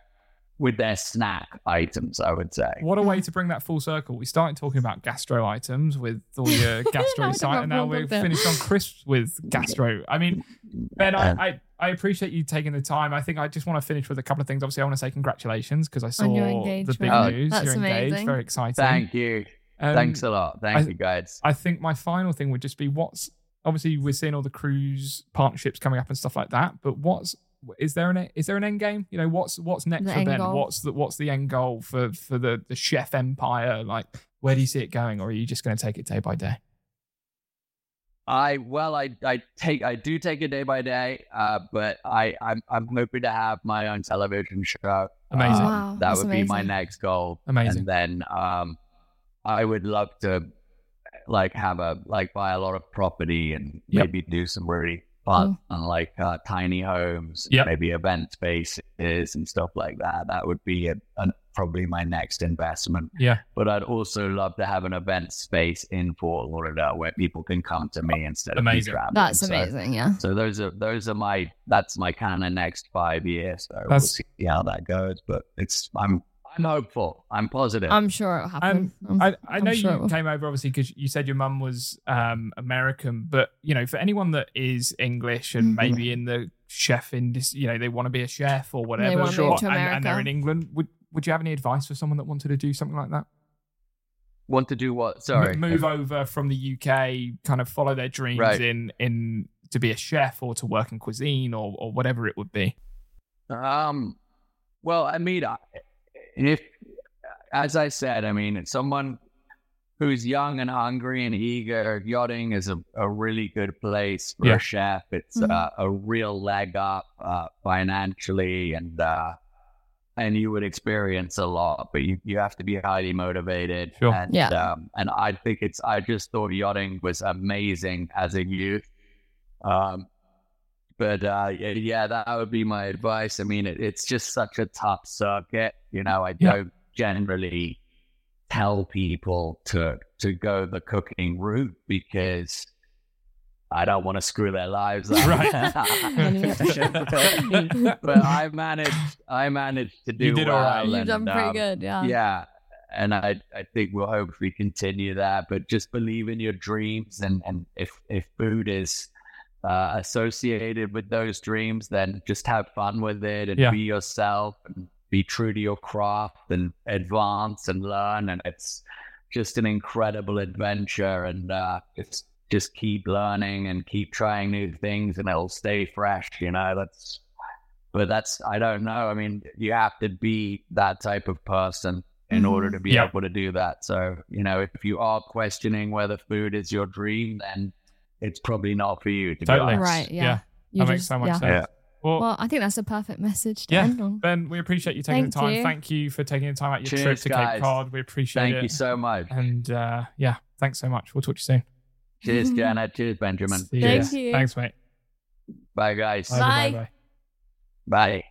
Speaker 3: with their snack items. I would say.
Speaker 1: What a way to bring that full circle. We started talking about gastro items with all your
Speaker 2: *laughs* Now
Speaker 1: gastro
Speaker 2: we're
Speaker 1: site,
Speaker 2: talking
Speaker 1: and
Speaker 2: about
Speaker 1: now we're
Speaker 2: prawn cocktail.
Speaker 1: finished on crisps with gastro. I mean, Ben, I,
Speaker 3: Um,
Speaker 1: I, I appreciate you taking the time. I think I just want to finish with a couple of things. Obviously, I want to say congratulations because I saw
Speaker 2: your
Speaker 1: the big
Speaker 2: engagement.
Speaker 3: Oh,
Speaker 1: news.
Speaker 2: that's
Speaker 1: You're engaged.
Speaker 2: amazing.
Speaker 1: Very exciting.
Speaker 3: Thank you.
Speaker 1: Um,
Speaker 3: Thanks a lot. Thank
Speaker 1: I-
Speaker 3: you, guys.
Speaker 1: I think my final thing would just be what's obviously we're seeing all the cruise partnerships coming up and stuff like that. But what's is there an is there an end game? You know, what's what's next
Speaker 2: The
Speaker 1: for
Speaker 2: end
Speaker 1: Ben?
Speaker 2: goal.
Speaker 1: What's the what's the end goal for for the the chef empire? Like, where do you see it going, or are you just going to take it day by day?
Speaker 3: I well, I, I take I do take it day by day, uh, but I I'm, I'm hoping to have my own television show.
Speaker 1: Amazing.
Speaker 3: Um,
Speaker 2: Wow,
Speaker 3: that
Speaker 2: that's
Speaker 3: would be my
Speaker 2: amazing.
Speaker 3: next goal.
Speaker 1: Amazing.
Speaker 3: And then um, I would love to like have a like buy a lot of property and
Speaker 1: Yep.
Speaker 3: maybe do some really fun and like uh, tiny homes,
Speaker 1: Yep.
Speaker 3: maybe event spaces and stuff like that. That would be a, a, probably my next investment.
Speaker 1: Yeah.
Speaker 3: But I'd also love to have an event space in Fort Lauderdale where people can come to me instead
Speaker 1: Amazing.
Speaker 3: of me traveling.
Speaker 2: That's
Speaker 3: So-
Speaker 2: amazing. Yeah.
Speaker 3: So, those are those are my that's my kind of next five years. So we'll
Speaker 1: That's-
Speaker 3: see how that goes. But it's I'm I'm hopeful. I'm positive.
Speaker 2: I'm sure it'll happen. I'm-
Speaker 1: I, I
Speaker 2: I'm
Speaker 1: know
Speaker 2: sure it
Speaker 1: you
Speaker 2: will.
Speaker 1: came over obviously because you said your mum was um, American, but you know, for anyone that is English and
Speaker 2: Mhm.
Speaker 1: maybe in the chef industry, you know, they want to be a chef or whatever,
Speaker 2: wanna move
Speaker 1: what-
Speaker 2: to
Speaker 1: and, and they're
Speaker 2: America.
Speaker 1: in England. Would would you have any advice for someone that wanted to do something like that?
Speaker 3: Want to do what? Sorry.
Speaker 1: M- move over from the UK, kind of follow their dreams
Speaker 3: Right.
Speaker 1: in in to be a chef or to work in cuisine or or whatever it would be.
Speaker 3: Um, well, I mean, I- if, as I said, I mean, it's someone who's young and hungry and eager, yachting is a, a really good place for
Speaker 1: Yeah.
Speaker 3: a chef. It's
Speaker 2: Mhm.
Speaker 3: uh, a real leg up uh, financially and, uh, and you would experience a lot, but you, you have to be highly motivated.
Speaker 1: Sure.
Speaker 3: And,
Speaker 2: Yeah.
Speaker 3: um, and I think it's, I just thought yachting was amazing as a youth. Um, but uh, y- yeah, that would be my advice. I mean, it, it's just such a tough circuit. You know, I
Speaker 1: Yeah.
Speaker 3: don't generally tell people to to go the cooking route because I don't want to screw their lives up.
Speaker 1: *laughs*
Speaker 2: *laughs*
Speaker 3: *laughs*
Speaker 1: Right.
Speaker 3: but I managed. I managed to do.
Speaker 1: You did all
Speaker 3: well,
Speaker 1: right.
Speaker 2: You've
Speaker 3: and,
Speaker 2: done pretty
Speaker 3: um,
Speaker 2: good. Yeah.
Speaker 3: yeah. And I, I think we'll hopefully continue that, but just believe in your dreams. And, and if, if food is uh, associated with those dreams, then just have fun with it and
Speaker 1: Yeah.
Speaker 3: be yourself and be true to your craft and advance and learn. And it's, just an incredible adventure, and uh, it's just keep learning and keep trying new things, and it'll stay fresh. You know, that's. But that's I don't know. I mean, you have to be that type of person in
Speaker 2: Mhm.
Speaker 3: order to be
Speaker 1: Mm-hmm. Yeah.
Speaker 3: able to do that. So, you know, if you are questioning whether food is your dream, then it's probably not for you. To
Speaker 1: Totally.
Speaker 3: be honest.
Speaker 2: Right. Yeah.
Speaker 1: Yeah.
Speaker 2: You
Speaker 1: that makes
Speaker 2: just-
Speaker 1: so much
Speaker 2: yeah.
Speaker 1: sense. Well,
Speaker 2: Well, I think that's a perfect message to
Speaker 1: Yeah.
Speaker 2: end on.
Speaker 1: Ben, we appreciate you taking
Speaker 2: Thank
Speaker 1: the time.
Speaker 2: you.
Speaker 1: Thank you for taking the time out your trip
Speaker 3: Cheers,
Speaker 1: to
Speaker 3: guys.
Speaker 1: Cape Cod. We appreciate
Speaker 3: Thank
Speaker 1: it.
Speaker 3: you so much.
Speaker 1: And uh, yeah, thanks so much. We'll talk to you soon.
Speaker 2: *laughs*
Speaker 3: Cheers, Jenna. Cheers, Benjamin.
Speaker 1: See
Speaker 2: Thank
Speaker 1: ya.
Speaker 2: you.
Speaker 1: Thanks, mate.
Speaker 3: Bye, guys.
Speaker 1: Bye,
Speaker 2: Bye.
Speaker 1: Bye. bye.
Speaker 3: Bye.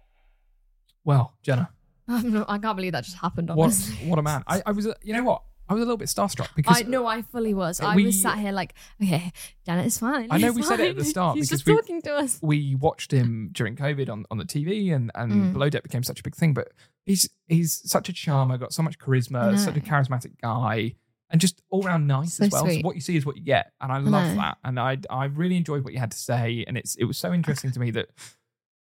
Speaker 1: Well, Jenna,
Speaker 2: *laughs* I'm not, I can't believe that just happened.
Speaker 1: what,
Speaker 2: Honestly,
Speaker 1: what a man. I, I was, uh, you know what? I was a little bit starstruck because
Speaker 2: I no, I fully was. I
Speaker 1: uh, we-
Speaker 2: was sat here like, okay, Janet is fine.
Speaker 1: I know
Speaker 2: He's
Speaker 1: we said it at the
Speaker 2: fine.
Speaker 1: start
Speaker 2: He's
Speaker 1: because
Speaker 2: just
Speaker 1: we-
Speaker 2: talking to us.
Speaker 1: we watched him during COVID on, on the TV, and and
Speaker 2: Mm.
Speaker 1: Below Deck became such a big thing. But he's he's such a charmer, got so much
Speaker 2: I know.
Speaker 1: charisma, such a charismatic guy, and just all round nice
Speaker 2: So
Speaker 1: as well.
Speaker 2: sweet.
Speaker 1: So what you see is what you get, and I love
Speaker 2: know.
Speaker 1: that. And I I really enjoyed what you had to say, and it's it was so interesting to me that.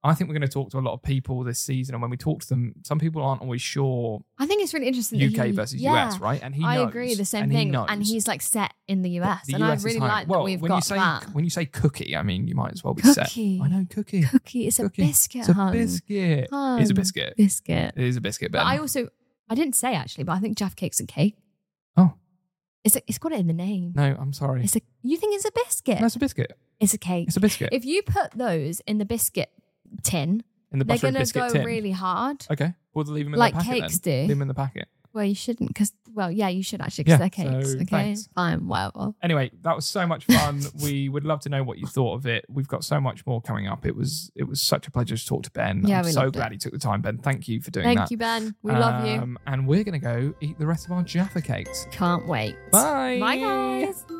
Speaker 1: I think we're going to talk to a lot of people this season, and when we talk to them, some people aren't always sure
Speaker 2: I think it's really interesting. that
Speaker 1: UK
Speaker 2: he-
Speaker 1: versus
Speaker 2: yeah,
Speaker 1: US, right? And he
Speaker 2: I
Speaker 1: knows,
Speaker 2: agree. The same
Speaker 1: and he
Speaker 2: thing. and
Speaker 1: knows.
Speaker 2: he's like set in the
Speaker 1: But
Speaker 2: US,
Speaker 1: the
Speaker 2: and
Speaker 1: US
Speaker 2: I
Speaker 1: is
Speaker 2: really
Speaker 1: home.
Speaker 2: like
Speaker 1: well,
Speaker 2: that we've
Speaker 1: when
Speaker 2: got
Speaker 1: you say,
Speaker 2: that.
Speaker 1: When you say cookie, I mean you might as well be set.
Speaker 2: cookie,
Speaker 1: I know cookie.
Speaker 2: cookie. It's a
Speaker 1: Cookie.
Speaker 2: biscuit.
Speaker 1: It's a
Speaker 2: hun.
Speaker 1: biscuit.
Speaker 2: Hun.
Speaker 1: It's a biscuit.
Speaker 2: Biscuit.
Speaker 1: It is a biscuit, Ben.
Speaker 2: But I also, I didn't say actually, but I think Jaff Cake's and Cake.
Speaker 1: Oh.
Speaker 2: it's it's got it in the name.
Speaker 1: no, I'm sorry.
Speaker 2: It's a. You think it's a biscuit?
Speaker 1: no, it's a biscuit.
Speaker 2: It's a cake.
Speaker 1: It's a biscuit
Speaker 2: If you put those in the biscuit tin,
Speaker 1: in the
Speaker 2: they're
Speaker 1: butter and
Speaker 2: gonna
Speaker 1: biscuit
Speaker 2: go
Speaker 1: tin.
Speaker 2: really hard,
Speaker 1: okay, we'll leave them in
Speaker 2: like
Speaker 1: the packet.
Speaker 2: cakes
Speaker 1: then. Leave
Speaker 2: do.
Speaker 1: them in the packet.
Speaker 2: Well, you shouldn't, because well, yeah, you should actually, because
Speaker 1: Yeah,
Speaker 2: they're cakes.
Speaker 1: so
Speaker 2: okay,
Speaker 1: thanks.
Speaker 2: fine, whatever.
Speaker 1: Anyway, that was so much
Speaker 2: *laughs*
Speaker 1: fun. we would love to know what you thought of it. We've got so much more coming up. It was it was such a pleasure to talk to Ben.
Speaker 2: Yeah,
Speaker 1: I'm
Speaker 2: we
Speaker 1: so
Speaker 2: loved it.
Speaker 1: glad he took the time, Ben. Thank you for doing
Speaker 2: Thank
Speaker 1: that.
Speaker 2: you, Ben. We love you.
Speaker 1: Um, And we're gonna go eat the rest of our Jaffa cakes.
Speaker 2: Can't wait.
Speaker 1: Bye.
Speaker 2: Bye, guys.